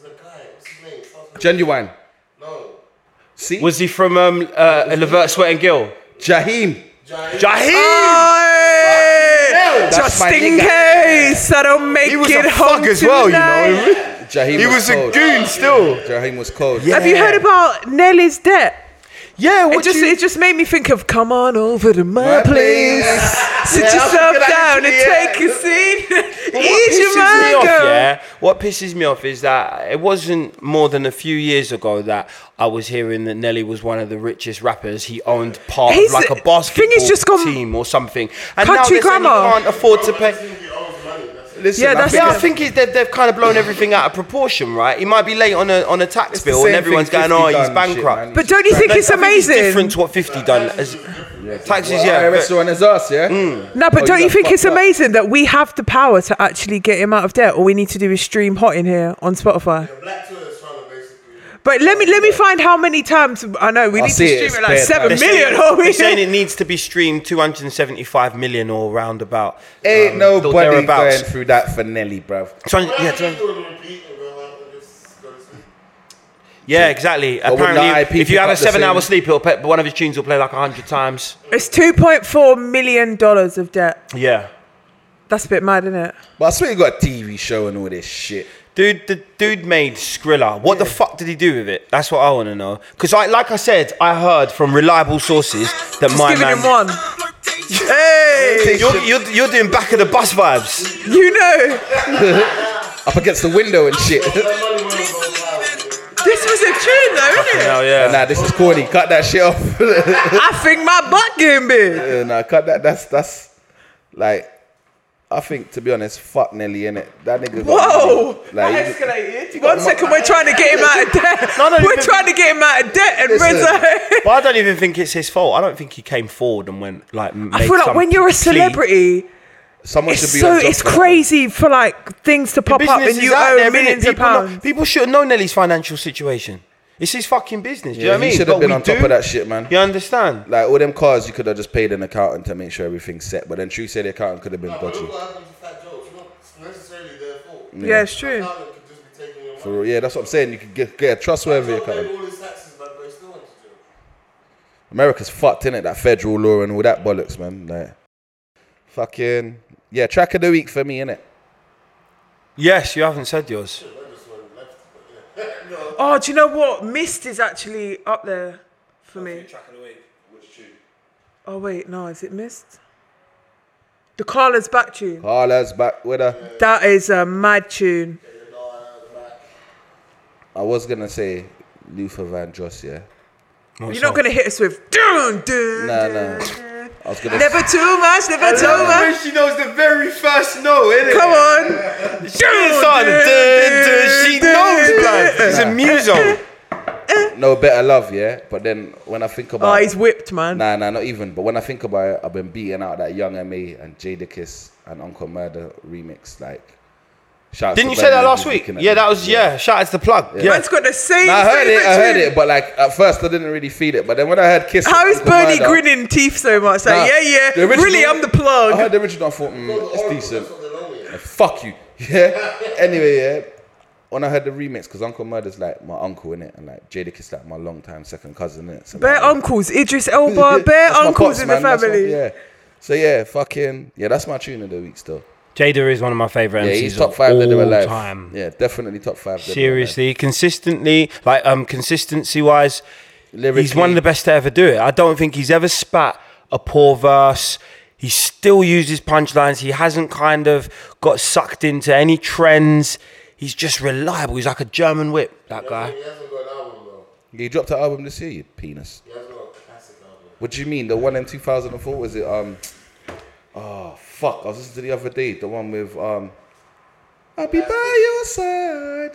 What's his name? Fuck me. Genuine. No. See, Was he from um, uh, Levert, Sweat and Gill? Ah, Jaheim. Jaheem! Hey, That's just my in nigga. case I don't make He was it a home fuck as well, you tonight. know. Jaheim he was, a cold. goon still. Jaheim was cold. Have you heard about Nelly's debt? Yeah, It what just you- it just made me think of come on over to my, place, sit Yeah, yourself get out down and into the take a seat, But eat your me mango. off, yeah, what pisses me off is that it wasn't more than a few years ago that I was hearing that Nelly was one of the richest rappers. He owned part He's- of like a thing is basketball just gone team or something, and now country they're saying he grammar. can't afford to pay. Listen, Yeah, I that's- think Yeah, I it. think it, they've, they've kind of blown everything out of proportion, right? He might be late on a on a tax it's the bill, same and everyone's thing going, 50 "Oh, done he's and shit, bankrupt." man. But don't you think Like, it's I think amazing? It's different to what Fifty done. As, taxes, Well, yeah. IRS but- are on his ass, yeah? No, but Oh, don't you you got think it's fucked up. amazing that we have the power to actually get him out of debt? All we need to do is stream hot in here on Spotify. Black Twitter is trying to basically. But let me let me find how many times I know we I need to see it, stream it's it like bad, seven man. million, They're saying homie. it needs to be streamed 275 million or roundabout. Ain't um, nobody thereabouts. going through that for Nelly, bruv. 200 yeah, Black two- people would repeat and go out and just go to sleep. yeah, exactly. wouldn't the IP Apparently, if you pick have a up the seven-hour same- sleep, it'll play, one of his tunes will play like hundred times. It's two point four million dollars of debt. Yeah, That's a bit mad, isn't it? But I swear you got a TV show and all this shit. dude. The dude made Skrilla. What the fuck did he do with it? That's what I want to know. Because I, like I said, I heard from reliable sources that Just my giving man. him one. Hey, you're, you're, you're doing back of the bus vibes. You know, Up against the window and shit. this was a tune though, isn't it? Hell yeah. nah, this is corny. Cut that shit off. I think my butt getting big. Yeah, nah, cut that. That's that's like, I think to be honest, fuck Nelly in it. That nigga. Got Whoa! money. That Like, he- escalated. got One mo- second, we're trying to get him out of debt. No, no, we're but- trying to get him out of debt, and Listen. Renzo. But I don't even think it's his fault. I don't think he came forward and went like. I made feel like some when you're a plea. celebrity, someone it's should be so on job it's for that. crazy for like things to pop up business and is you out owe there, innit? millions of people know- pounds. people should know Nelly's financial situation. It's his fucking business. do you Yeah, know what I he mean? should have But been we on top do- of that shit, man. You understand? Like all them cars, you could have just paid an accountant to make sure everything's set. But then True said the accountant could have been But dodgy. look what happened to Fat Joe. It's not necessarily their fault. yeah. it's true. Accountant could just be taking your money. For real. Yeah, that's what I'm saying. You could get, get a trustworthy Joe paid accountant. all his taxes, but they still went to jail. America's fucked in it. That federal law and all that bollocks, man. Like, fucking yeah. Track of the week for me, innit? Yes, you haven't said yours. Oh, do you know what? Mist is actually up there for me. Oh wait, no, is it Mist? The Carla's back tune. Carla's back with her. That is a mad tune. I was gonna say Luther Vandross, yeah. You're not gonna hit us with dun dun. Nah, dun. nah. I was gonna. Never too much, never too much. She knows the very first no, innit? Come on. She knows, blood. It's a muso. no better love, yeah. But then when I think Oh, about, he's whipped, man. nah, nah, not even. But when I think about it, I've been beating out that Young Ma and Jadakiss and Uncle Murder remix. Like, shout. Didn't you say that last week? Yeah, that was yeah. Shout out to the plug. Yeah. Man's got the same. Nah, I heard it, I heard favorite it, but like at first I didn't really feel it. But then when I heard Kiss, tune. How is Uncle Bernie Murder- grinning teeth so much? Like, Nah, yeah, yeah. the original- really, I'm the I plug. heard the original. I thought mm, it's decent. Like, fuck you. Yeah. anyway, yeah. When I heard the remix, because Uncle Murder's like my uncle in it, and like Jadakiss like my long time second cousin in it. So, Bare like, uncles, Idris Elba, bare that's my uncles pops, in the man, that's my- family. yeah. So yeah, fucking yeah. That's my tune of the week still. Jada is one of my favorite Yeah, MCs he's top five of dead or all alive. time. Yeah, definitely top five. dead or alive. Seriously, consistently, like um, consistency wise, he's Lyrically. one of the best to ever do it. I don't think he's ever spat a poor verse. He still uses punchlines. He hasn't kind of got sucked into any trends. He's just reliable. He's like a German whip. That guy. He hasn't got an album though. You dropped an album this year, you penis. He hasn't got a classic album. What do you mean? The one in 2004 was it? Um, oh fuck! I was listening to the other day. The one with um, I'll be by your side.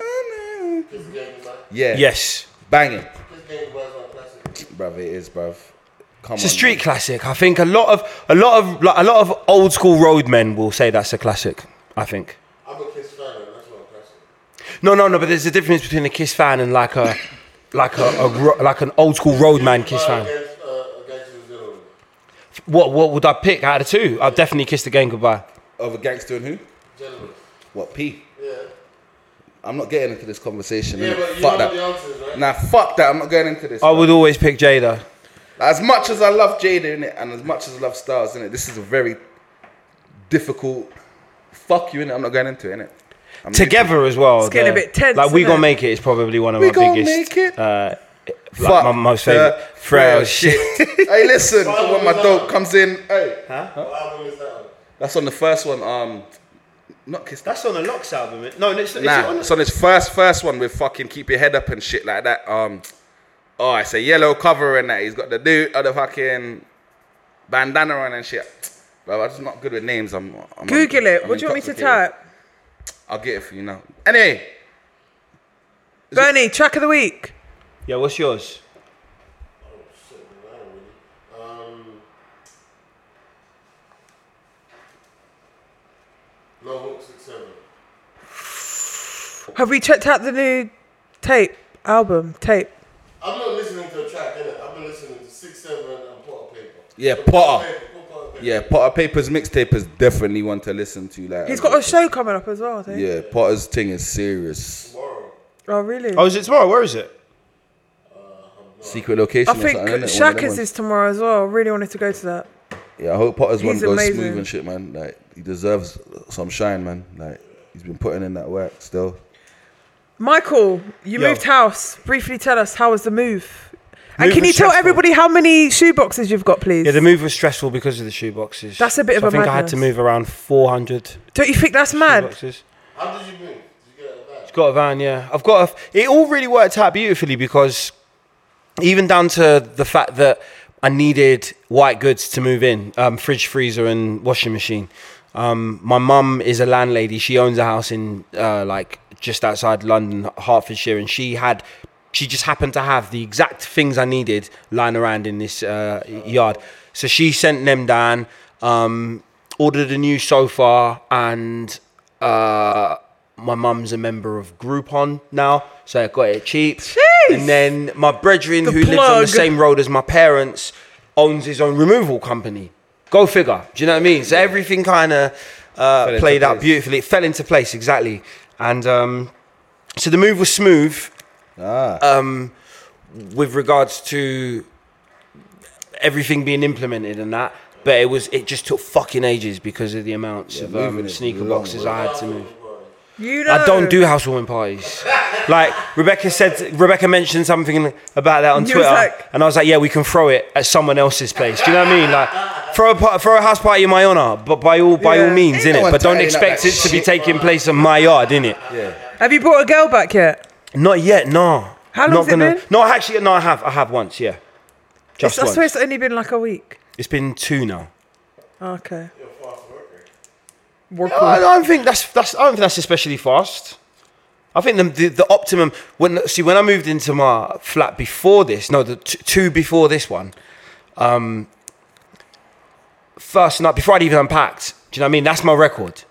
Oh, no. Yeah. Yes, Banging, His game was on classic. bruv. It is, bruv. Come it's a on. street man. classic. I think a lot of a lot of like, a lot of old school roadmen will say that's a classic. I think. I'm a Kiss fan, and that's not a classic. No, no, no. But there's a difference between a Kiss fan and like a like a, a ro- like an old school roadman Kiss fan. Against, uh, against New Zealand. What what would I pick out of two? I've definitely kissed the game goodbye. Of a gangster and who? Gentlemen. What P? Yeah. I'm not getting into this conversation. Yeah, innit? but you fuck know that. the answers, right? Nah, fuck that. I'm not going into this. I would always pick Jada. As much as I love Jada in it, and as much as I love Stars in it, this is a very difficult. Fuck you in it. I'm not going into it in it. together as well. It's getting a the- bit tense, Like we isn't gonna it? make it is probably one of We my gonna biggest. make it? Uh, like Fuck my most the favorite frail frail shit. hey, listen, when my uh, dope comes in, hey, What album is that? on? that's on the first one. Um, not kiss. That's on the Locks album. it- No, it's, Nah, it's on his first first one with fucking keep your head up and shit like that. Um, oh, it's a yellow cover and that. He's got the dude of the fucking bandana on and shit. Bro, I'm just not good with names. I'm. I'm Google it. What do you want me to intoxicated. type? I'll get it for you now. Anyway, Bernie, track of the week. Yeah, what's yours? No Hook 6-7. Have we checked out the new tape album? Tape. I'm not listening to a track, innit? I've been listening to six, seven, and Potter Paper. Yeah, So Pot Potter. of Paper, Pot of Paper. yeah, Potter Papers mixtape is definitely one to listen to. Like, He's got a show coming up as well. I think. yeah, Potter's thing is serious. Tomorrow. Oh really? Oh, is it tomorrow? Where is it? Secret location. I or think something, innit? One of them Shaka's ones. is tomorrow as well. I really wanted to go to that. Yeah, I hope Potter's one He's goes amazing. smooth and shit, man. Like he deserves some shine, man. Like he's been putting in that work still. Michael, you Yo. moved house. Briefly tell us how was the move? And Move can was you tell stressful. everybody how many shoe boxes you've got, please? Yeah, the move was stressful because of the shoeboxes. That's a bit So of a I think I had to madness. move around 400 Don't you think that's mad? shoeboxes. How did you move? Did you get it back? Got a van, yeah. I've got a. It all really worked out beautifully because even down to the fact that I needed white goods to move in, um, fridge, freezer, and washing machine. Um, my mum is a landlady. She owns a house in uh, like just outside London, Hertfordshire, and she had. She just happened to have the exact things I needed lying around in this uh, yard. So she sent them down, um, ordered a new sofa, and uh, my mum's a member of Groupon now, so I got it cheap. And then my brethren, The who lives on the plug. same road as my parents, owns his own removal company. Go figure. Do you know what I mean? So everything kind of uh, into played out place. beautifully. It fell into place exactly, and um, so the move was smooth Ah. um, with regards to everything being implemented and that. But it was it just took fucking ages because of the amounts of moving um, is sneaker long, boxes bro. I had to move. You know. I don't do housewarming parties. like Rebecca said, Rebecca mentioned something about that on You was Twitter, like- and I was like, "Yeah, we can throw it at someone else's place." Do you know what I mean? Like, throw a par- throw a house party in my honor, but by all by all Yeah. means, Ain't in no it. one But don't tidying up expect that it to be shit, taking place in my yard, in it. Have you brought a girl back yet? Not yet, no. How Not long's it gonna- been? No, actually, no. I have, I have once, yeah. It's- Just I once. swear it's only been like a week. it's been two now. Oh, Okay. No, I don't think that's that's. I don't think that's especially fast. I think the the, the optimum when see when I moved into my flat before this, no, the t- two before this one, um, first night before I'd even unpacked. Do you know what I mean? That's my record.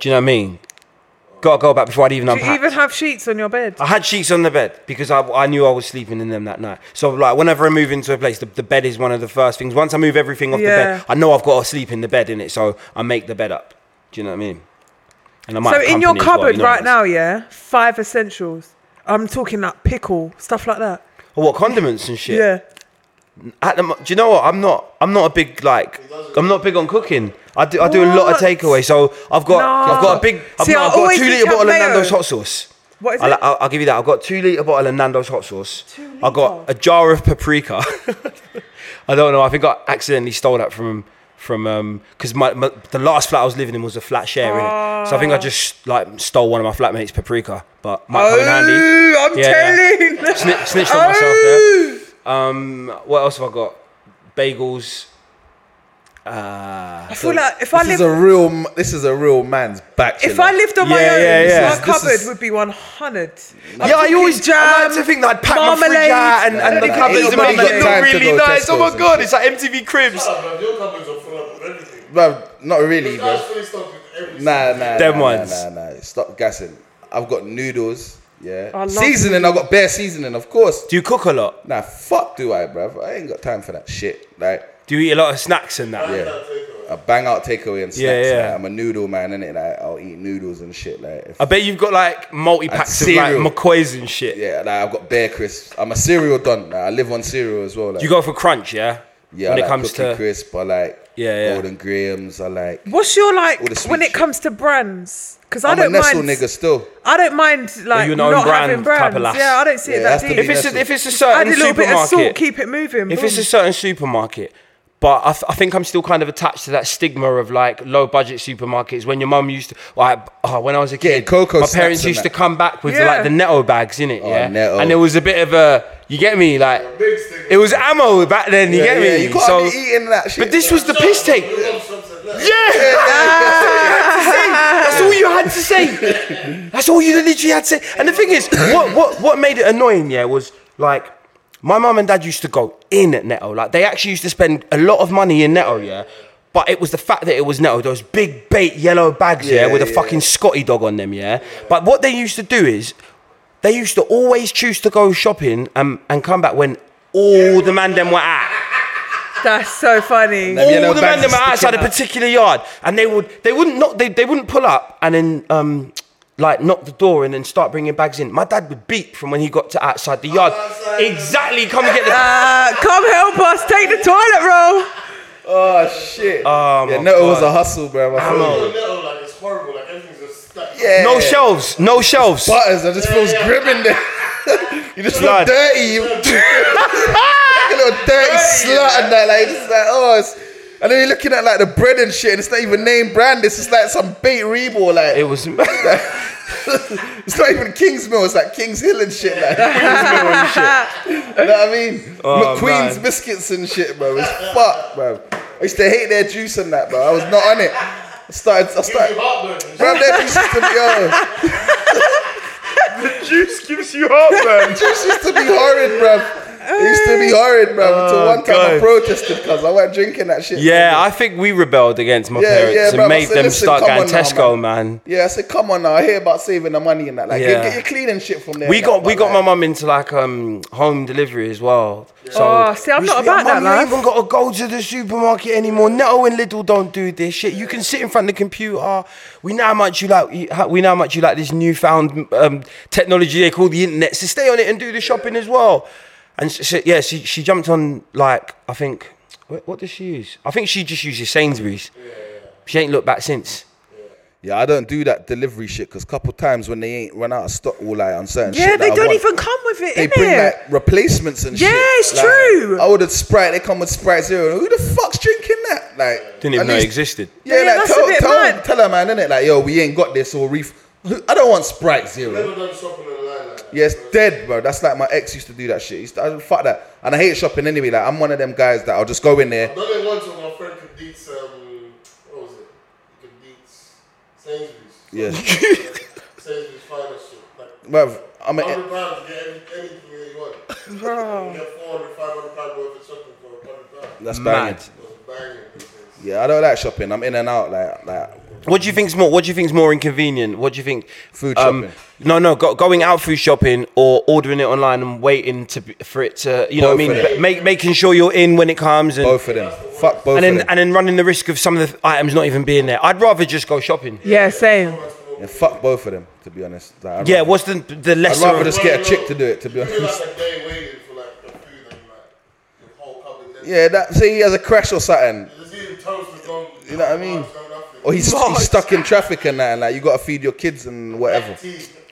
Do you know what I mean? Got to go back before I'd even Do unpacked. you even have sheets on your bed? I had sheets on the bed because I, I knew I was sleeping in them that night. So like whenever I move into a place, the, the bed is one of the first things. Once I move everything off the Yeah. bed, I know I've got to sleep in the bed in it. So I make the bed up. Do you know what I mean? And I might So have in your company as well, cupboard you know right what I'm now, yeah, five essentials. I'm talking like pickle stuff like that. saying? Oh, what condiments and shit? Yeah. At the, mo- do you know what? I'm not. I'm not a big like. I'm not big on cooking. I do. I do a lot What? of takeaway. So I've got. No. I've got a big. I've, See, no, I I've got a always two eat liter bottle of Camp Nando's Mayo. hot sauce. What is I'll, it? I'll, I'll give you that. I've got two liter bottle of Nando's hot sauce. Two I got a litre? jar of paprika. I don't know. I think I accidentally stole that from from um because my, my the last flat I was living in was a flat share, innit? so I think I just like stole one of my flatmates' paprika, but might come in handy. Oh, I'm telling. Oh. Sni- snitched on myself. Yeah. Um, what else have I got? Bagels. I feel like if I This is lived, a real. m- This is a real man's back. if I lived on my Yeah, own, yeah, yeah. my This is- cupboard would be 100. I'm yeah, I talking always I like to think that I'd pack my fridge marmalade. out and, and No, the no, cupboards ain't and nobody make it got look time to really go nice. Oh Tesco's my and god, shit. it's like MTV Cribs. Shut up, man. Ah, Your cupboards are full up with everything. bro, not really, This bro. guy's fully stocked with everything. Nah, nah. Them nah, ones. Nah, nah, nah. Stop gassing. I've got noodles. Yeah. I love seasoning. I've got bare seasoning, of course. Do you cook a lot? Nah, fuck do I, bro? I ain't got time for that shit. Like, Do you eat a lot of snacks and that? yeah. A bang out takeaway and snacks. Yeah, yeah. like, I'm a noodle man, innit? Like, I'll eat noodles and shit. Like, if I bet you've got like multi packs of like cereal. McCoys and shit. Yeah, like I've got bear crisps. I'm a cereal don. Like, I live on cereal as well. Like, You go for crunch, yeah? Yeah, when I it like comes Cookie to crisp, I like Yeah, yeah. Golden Grahams, I like. What's your like All the sweet when it shit. comes to brands? Because I I'm a don't Nestle mind. nigga still. I don't mind like you an own not brand having type of brands. lass? Yeah, I don't see Yeah, it it has that to deep. be if it's a, Nestle. if it's a add certain a little bit of supermarket, salt, keep it moving. if it's boom. a certain supermarket, but I, th- I think I'm still kind of attached to that stigma of like low budget supermarkets. When your mum used to, like, oh, when I was a Getting kid, cocoa my snacks parents and used that. Oh, to come back with Yeah. like the netto bags in it, yeah, Netto. and there was a bit of a, you get me, like big stigma. it was ammo back then, you Yeah, get me. yeah, you can't so, be eating that shit. But this was the piss take. We want something like- Yeah. That's all you had to say. That's all you literally had to say. And the thing is, what what what made it annoying, yeah, was like my mum and dad used to go in at Netto. Like they actually used to spend a lot of money in Netto, yeah. But it was the fact that it was Netto, those big bait yellow bags, yeah, Yeah, with a yeah. fucking Scotty dog on them, yeah. But what they used to do is they used to always choose to go shopping and, and come back when all the man them were at That's so funny. Them yellow all the men bags that were are outside a sticking out. particular yard, and they would they wouldn't not they, they wouldn't pull up and then um like knock the door and then start bringing bags in. My dad would beep from when he got to outside the yard. outside. Exactly, come and get the. Uh, come help us take the toilet roll. Oh shit. Oh yeah, no, it was a hustle, bro. I feel you. It's little, like, it's horrible. Like, everything's just stuck. Yeah. no shelves, no shelves. Butters, I just feels gripping there. you just feel Blood. dirty. You like a little dirty slut and that. Like, it's like, oh, it's, and then you're looking at like the bread and shit, and it's not even name brand. It's just like some bait reball. Like, It was. it's not even Kingsmill. It's like Kings Hill and shit. Like, Kingsmill and shit. Oh, You know what I mean? McQueen's man. biscuits and shit, bro. It's fuck, bro. I used to hate their juice and that, bro. I was not on it. I started. I Gives you started. heartburn. Bro, their juice used to be yo. Juice gives you heartburn. juice used to be horrid, bruv. It used to be horrid, bruv. Until one time I Oh, God. protested because I weren't drinking that shit. Yeah, I think we rebelled against my Yeah, parents yeah, and bruv. I made said, them "Listen, start come going on now, Tesco, man." man. Yeah, I said, come on now. I hear about saving the money and that. Like, Yeah. get, get your cleaning shit from there. We and got that, we but, got my like, mum into like um home delivery as well. So Oh, see, I'm we not used to be about like, that "Mum, You life." ain't even got to go to the supermarket anymore. Netto and Lidl don't do this shit. You can sit in front of the computer. We know how much you like. you- how- We know how much you like this newfound um, technology they call the internet. So stay on it and do the shopping as well. And so, so- yeah, she she jumped on like I think what, what does she use? I think she just uses Sainsbury's. She ain't looked back since. Yeah, I don't do that delivery shit because couple times when they ain't run out of stock or like on certain shit. Yeah, they that I don't want, even come with it, They innit? bring like replacements and Yeah, shit. it's Like, true. I ordered Sprite, they come with Sprite Zero. Who the fuck's drinking that? Like, Didn't even at know it least- existed. Yeah, Yeah, like that's a tell, bit tell, mad. tell her, man, innit? Like, yo, we ain't got this or ref. I don't want Sprite Zero. Never done shopping in a line like that. Yeah, it's dead, bro. That's like my ex used to do that shit. He Used to, I don't fuck that, and I hate shopping anyway. Like I'm one of them guys that I'll just go in there. Done it once with my friend Kaditz, um, what was it? Kaditz, Sainsbury's. Yeah, Sainsbury's finest shit. Like, bro. I'm a, 100 pounds, you get every- anything that you want. You get 400, 500 pounds worth of shopping for 100 pounds. that's banging. Mad. It was banging. these days. Yeah, I don't like shopping. I'm in and out. Like, like What do you think's more? What do you think's more inconvenient? What do you think? um, Food shopping. No, no, go, going out food shopping or ordering it online and waiting to be- for it to, you know, Both what I of mean, them. make, making sure you're in when it comes and both of them. Fuck both and of then them. and then running the risk of some of the items not even being there. I'd rather just go shopping. yeah, same. yeah, fuck both of them. To be honest, like, I'd Yeah, rather- what's the the I'd lesser? rather of- just get a chick to do it. To be You feel honest. like a day waiting for like the food and like the whole couple of days. Yeah, that. See, he has a crash or something. Just eating toast with gone. You know what I mean? Mm. Or Or he's, he's stuck in traffic and that, and like you gotta feed your kids and whatever.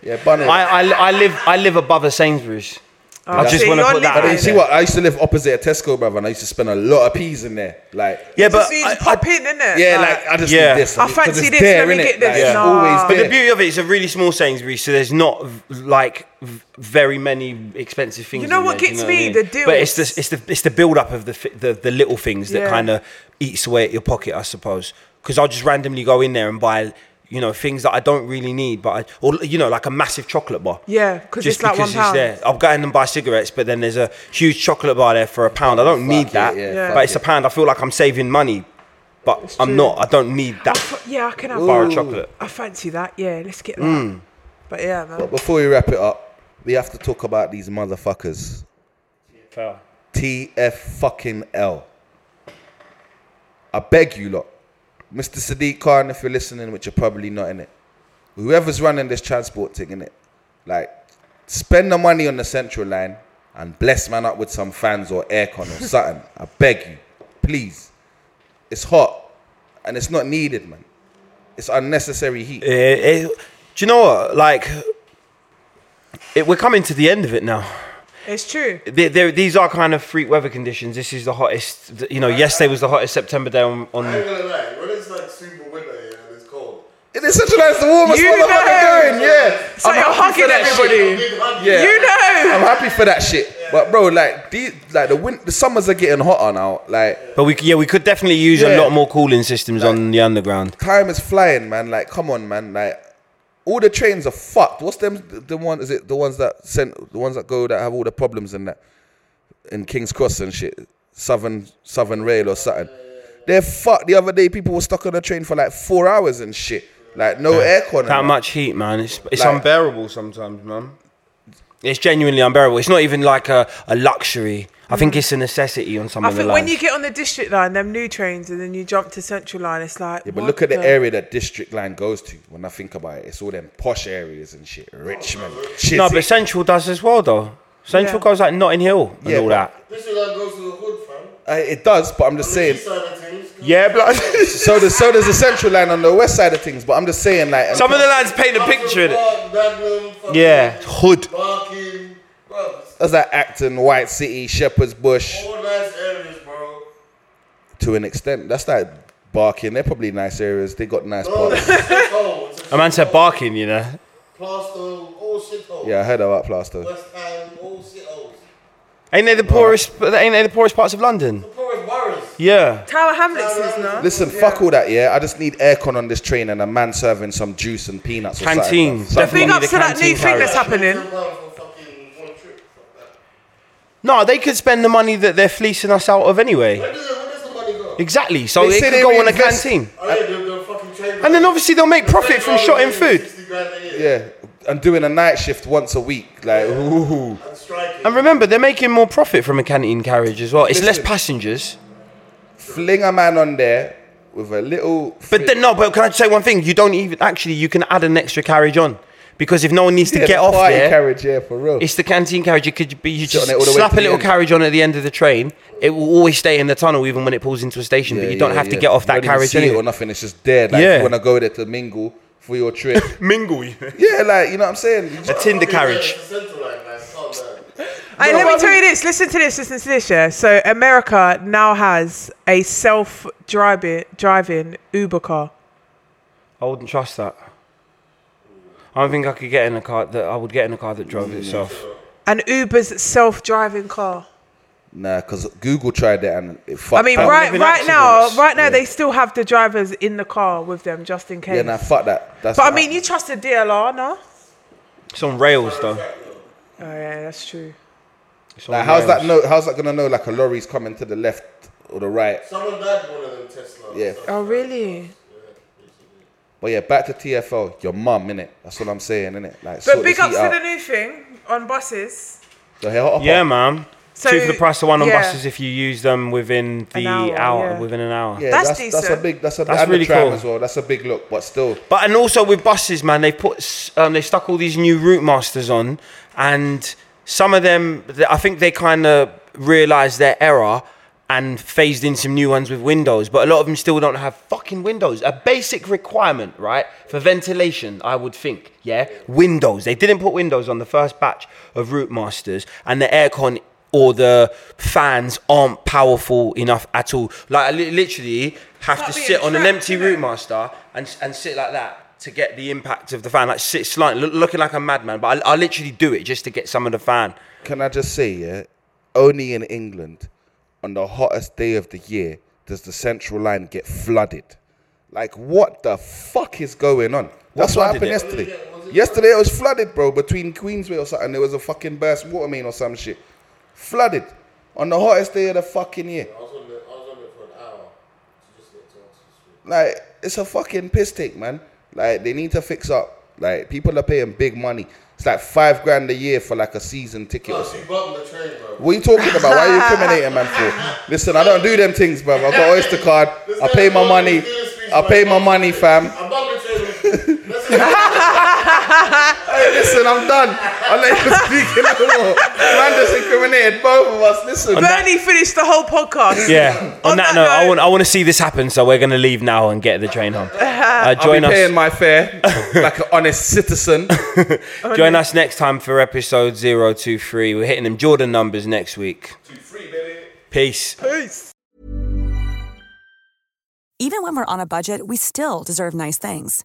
Yeah, I, bunny. I I live I live above a Sainsbury's. I just see, want to you're put that. But out then you there. see what I used to live opposite a Tesco, brother, and I used to spend a lot of peas in there. Like Yeah, but so you I- just pop in, innit? Yeah, like, I just Yeah. need this. I need- 'cause fancy it's this, There, let me innit? get this. Like, it's Nah. Always But there. Oh, the beauty of it, it's a really small Sainsbury's, so there's not v- like v- very many expensive things. You know in what there, do gets what I me? mean? The But it's deals. the it's the it's the build up of the fi- the, the little things that Yeah. kind of eats away at your pocket, I suppose. Because I'll just randomly go in there and buy. You know things that I don't really need, but I, or you know, like a massive chocolate bar. Yeah, 'cause Just it's like because one pound. there. I'll go in and buy cigarettes, but then there's a huge chocolate bar there for a pound. I don't need it, that, yeah, Yeah. but fuck it's a it. pound. I feel like I'm saving money, but I'm not. I don't need that Yeah, I can have bar that. of chocolate. I fancy that. Yeah, let's get that. Mm. But yeah, man. But before we wrap it up, we have to talk about these motherfuckers. TF fucking L. I beg you lot. Mr. Sadiq Khan, if you're listening, which you're probably not in it. Whoever's running this transport thing, innit? Like, spend the money on the central line and bless man up with some fans or aircon or something. I beg you. Please. It's hot. And it's not needed, man. It's unnecessary heat. Eh, eh, do you know what? Like, it, we're coming to the end of it now. It's true. There, there, these are kind of freak weather conditions. This is the hottest. You know, yesterday was the hottest September day on. on I ain't gonna lie, when it's like super winter here and it's cold, It is such a nice, the warmest You motherfucker know. "Oh, going. Yeah. So you're happy for hugging that shit. everybody. Yeah. You know. I'm happy for that shit. But bro, like these, like the win- the summers are getting hotter now. Like but we, c- yeah, we could definitely use a Yeah. lot more cooling systems on the underground. time is flying, man. Like come on, man. Like all the trains are fucked. What's them? The one is it? The ones that sent the ones that go that have all the problems and that in Kings Cross and shit. Southern Southern Rail or something. They're fucked. The other day, people were stuck on the train for like four hours and shit. Like no aircon. and That much heat, man. It's, it's Like- unbearable sometimes, man. It's genuinely unbearable. It's not even like a, a luxury. I think it's a necessity on some I of the think when lines. you get on the district line, them new trains, and then you jump to Central Line, it's like. Yeah, but what look at the area that District Line goes to. When I think about it, it's all them posh areas and shit. Richmond, Chiswick. no, but Central does as well, though. Central Yeah. goes like Notting Hill and Yeah, all but- that. this is like goes to the hood, fam. Uh, it does, but I'm just saying. East side of things. Yeah, but So there's so there's a Central Line on the west side of things, but I'm just saying like. some of the lads paint a picture of it. Park, Dagenham, fucking Yeah, hood. Barking, bro. it's That's like Acton, White City, Shepherd's Bush, All nice areas, bro. to an extent. That's like Barking. They're probably nice areas. They got nice Bro, it's parks. a shithole. It's a A man said shithole. barking, you know. Plaster, all shitholes. Yeah, I heard about Plaster. West Ham, all shitholes. Ain't they the Uh-huh. poorest? Ain't they the poorest parts of London? The poorest boroughs. Yeah. Tower Hamlets is now. Listen, fuck all that, yeah. I just need aircon on this train and a man serving some juice and peanuts. or something, Canteen. bruv. Something. Definitely Big need up a to that canteen new thing that's carriage. happening. Ten pounds for fucking one trip. Fuck that. No, they could spend the money that they're fleecing us out of anyway. Where does, where does the money go? Exactly. So They they, say could they go on a reinvest- canteen, Oh, yeah, the, the fucking train and then obviously they'll make profit from shotting food. Yeah. Yeah, and doing a night shift once a week, like ooh. And striking. And remember, they're making more profit from a canteen carriage as well. It's less Listen. passengers. fling a man on there with a little. But then no, but can I just say one thing? You don't even actually. You can add an extra carriage on because if no one needs to Yeah, get the off party there, carriage, yeah, for real. It's the canteen carriage. It could be you Sit on just it all the way slap to a the little end. carriage on at the end of the train. It will always stay in the tunnel even when it pulls into a station. Yeah, but you don't yeah, have to yeah. get off You that don't even carriage. see it anyway. or nothing. It's just there. Like, Yeah. if you want to go there to mingle for your trip. Mingle, you know. yeah, like you know what I'm saying. You a just- Tinder carriage. Hey, let me tell you this. Listen to this. Listen to this. Yeah. So America now has a self-driving driving Uber car. I wouldn't trust that. I don't think I could get in a car that I would get in a car that drove itself. An Uber's self-driving car. Nah, because Google tried that and it I fucked. mean, up. right, been right now, accidents. right now, they still have the drivers in the car with them just in case. Yeah, nah, fuck that. That's but I not- mean, you trust the DLR, no? It's on rails though. Oh yeah, that's true. It's on Like, how's that rails. know? How's that gonna know? Like a lorry's coming to the left or the right. Someone died in one of them Tesla. Yeah. Oh really? But yeah, back to TFL. Your mum, innit? That's what I'm saying, innit? Like, But sort big this ups to heat out. the new thing on buses. Yo, hey, hop on. Yeah, man. So, Two for the price of one on yeah. buses if you use them within the An hour, hour, yeah. within an hour. Yeah, That's that's, that's, a decent. big. That's a That's and the really tram cool. as well. That's a big look, but still. But and also with buses, man, they put s- um, they stuck all these new route masters on, and some of them, th- I think they kind of realised their error and phased in some new ones with windows. But a lot of them still don't have fucking windows. A basic requirement, right, for ventilation, I would think. Yeah, windows. They didn't put windows on the first batch of route masters, and the aircon or the fans aren't powerful enough at all. Like I li- literally have to Like being sit on an trapped, empty innit? route master and and sit like that to get the impact of the fan. Like sit slightly, look, looking like a madman. But I, I literally do it just to get some of the fan. Can I just say, yeah, only in England, on the hottest day of the year, does the central line get flooded. Like, what the fuck is going on? That's what flooded happened it? yesterday. Yesterday it was flooded, bro, between Queensway or something. There was a fucking burst water main or some shit. Flooded. On the hottest day of the fucking year. I was on there, I was on there for an hour to just get to Oxford Street. Like, it's a fucking piss take, man. Like, they need to fix up. Like, people are paying big money. It's like five grand a year for like a season ticket or Plus, something. you bummed the train, bro. What are you talking about? Why are you incriminating man for? Listen, I don't do them things, bruv. I got Oyster card. I pay my money. I pay my money, fam. I bumped the train. Let's hey, listen, I'm done. I'll let you speak in the more. Amanda's incriminated both of us. Listen. Bernie finished the whole podcast. Yeah. On, that, note, I want I want to see this happen, so we're gonna leave now and get the train home. Uh, I'll be join us. paying my fare like an honest citizen. Join us next time for episode 023. We're hitting them Jordan numbers next week. Peace. Even when we're on a budget, we still deserve nice things.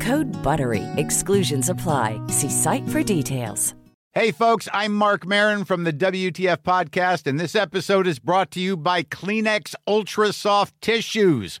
Code BUTTERY. Exclusions apply. See site for details. Hey, folks, I'm Mark Marin from the WTF Podcast, and this episode is brought to you by Kleenex Ultra Soft Tissues,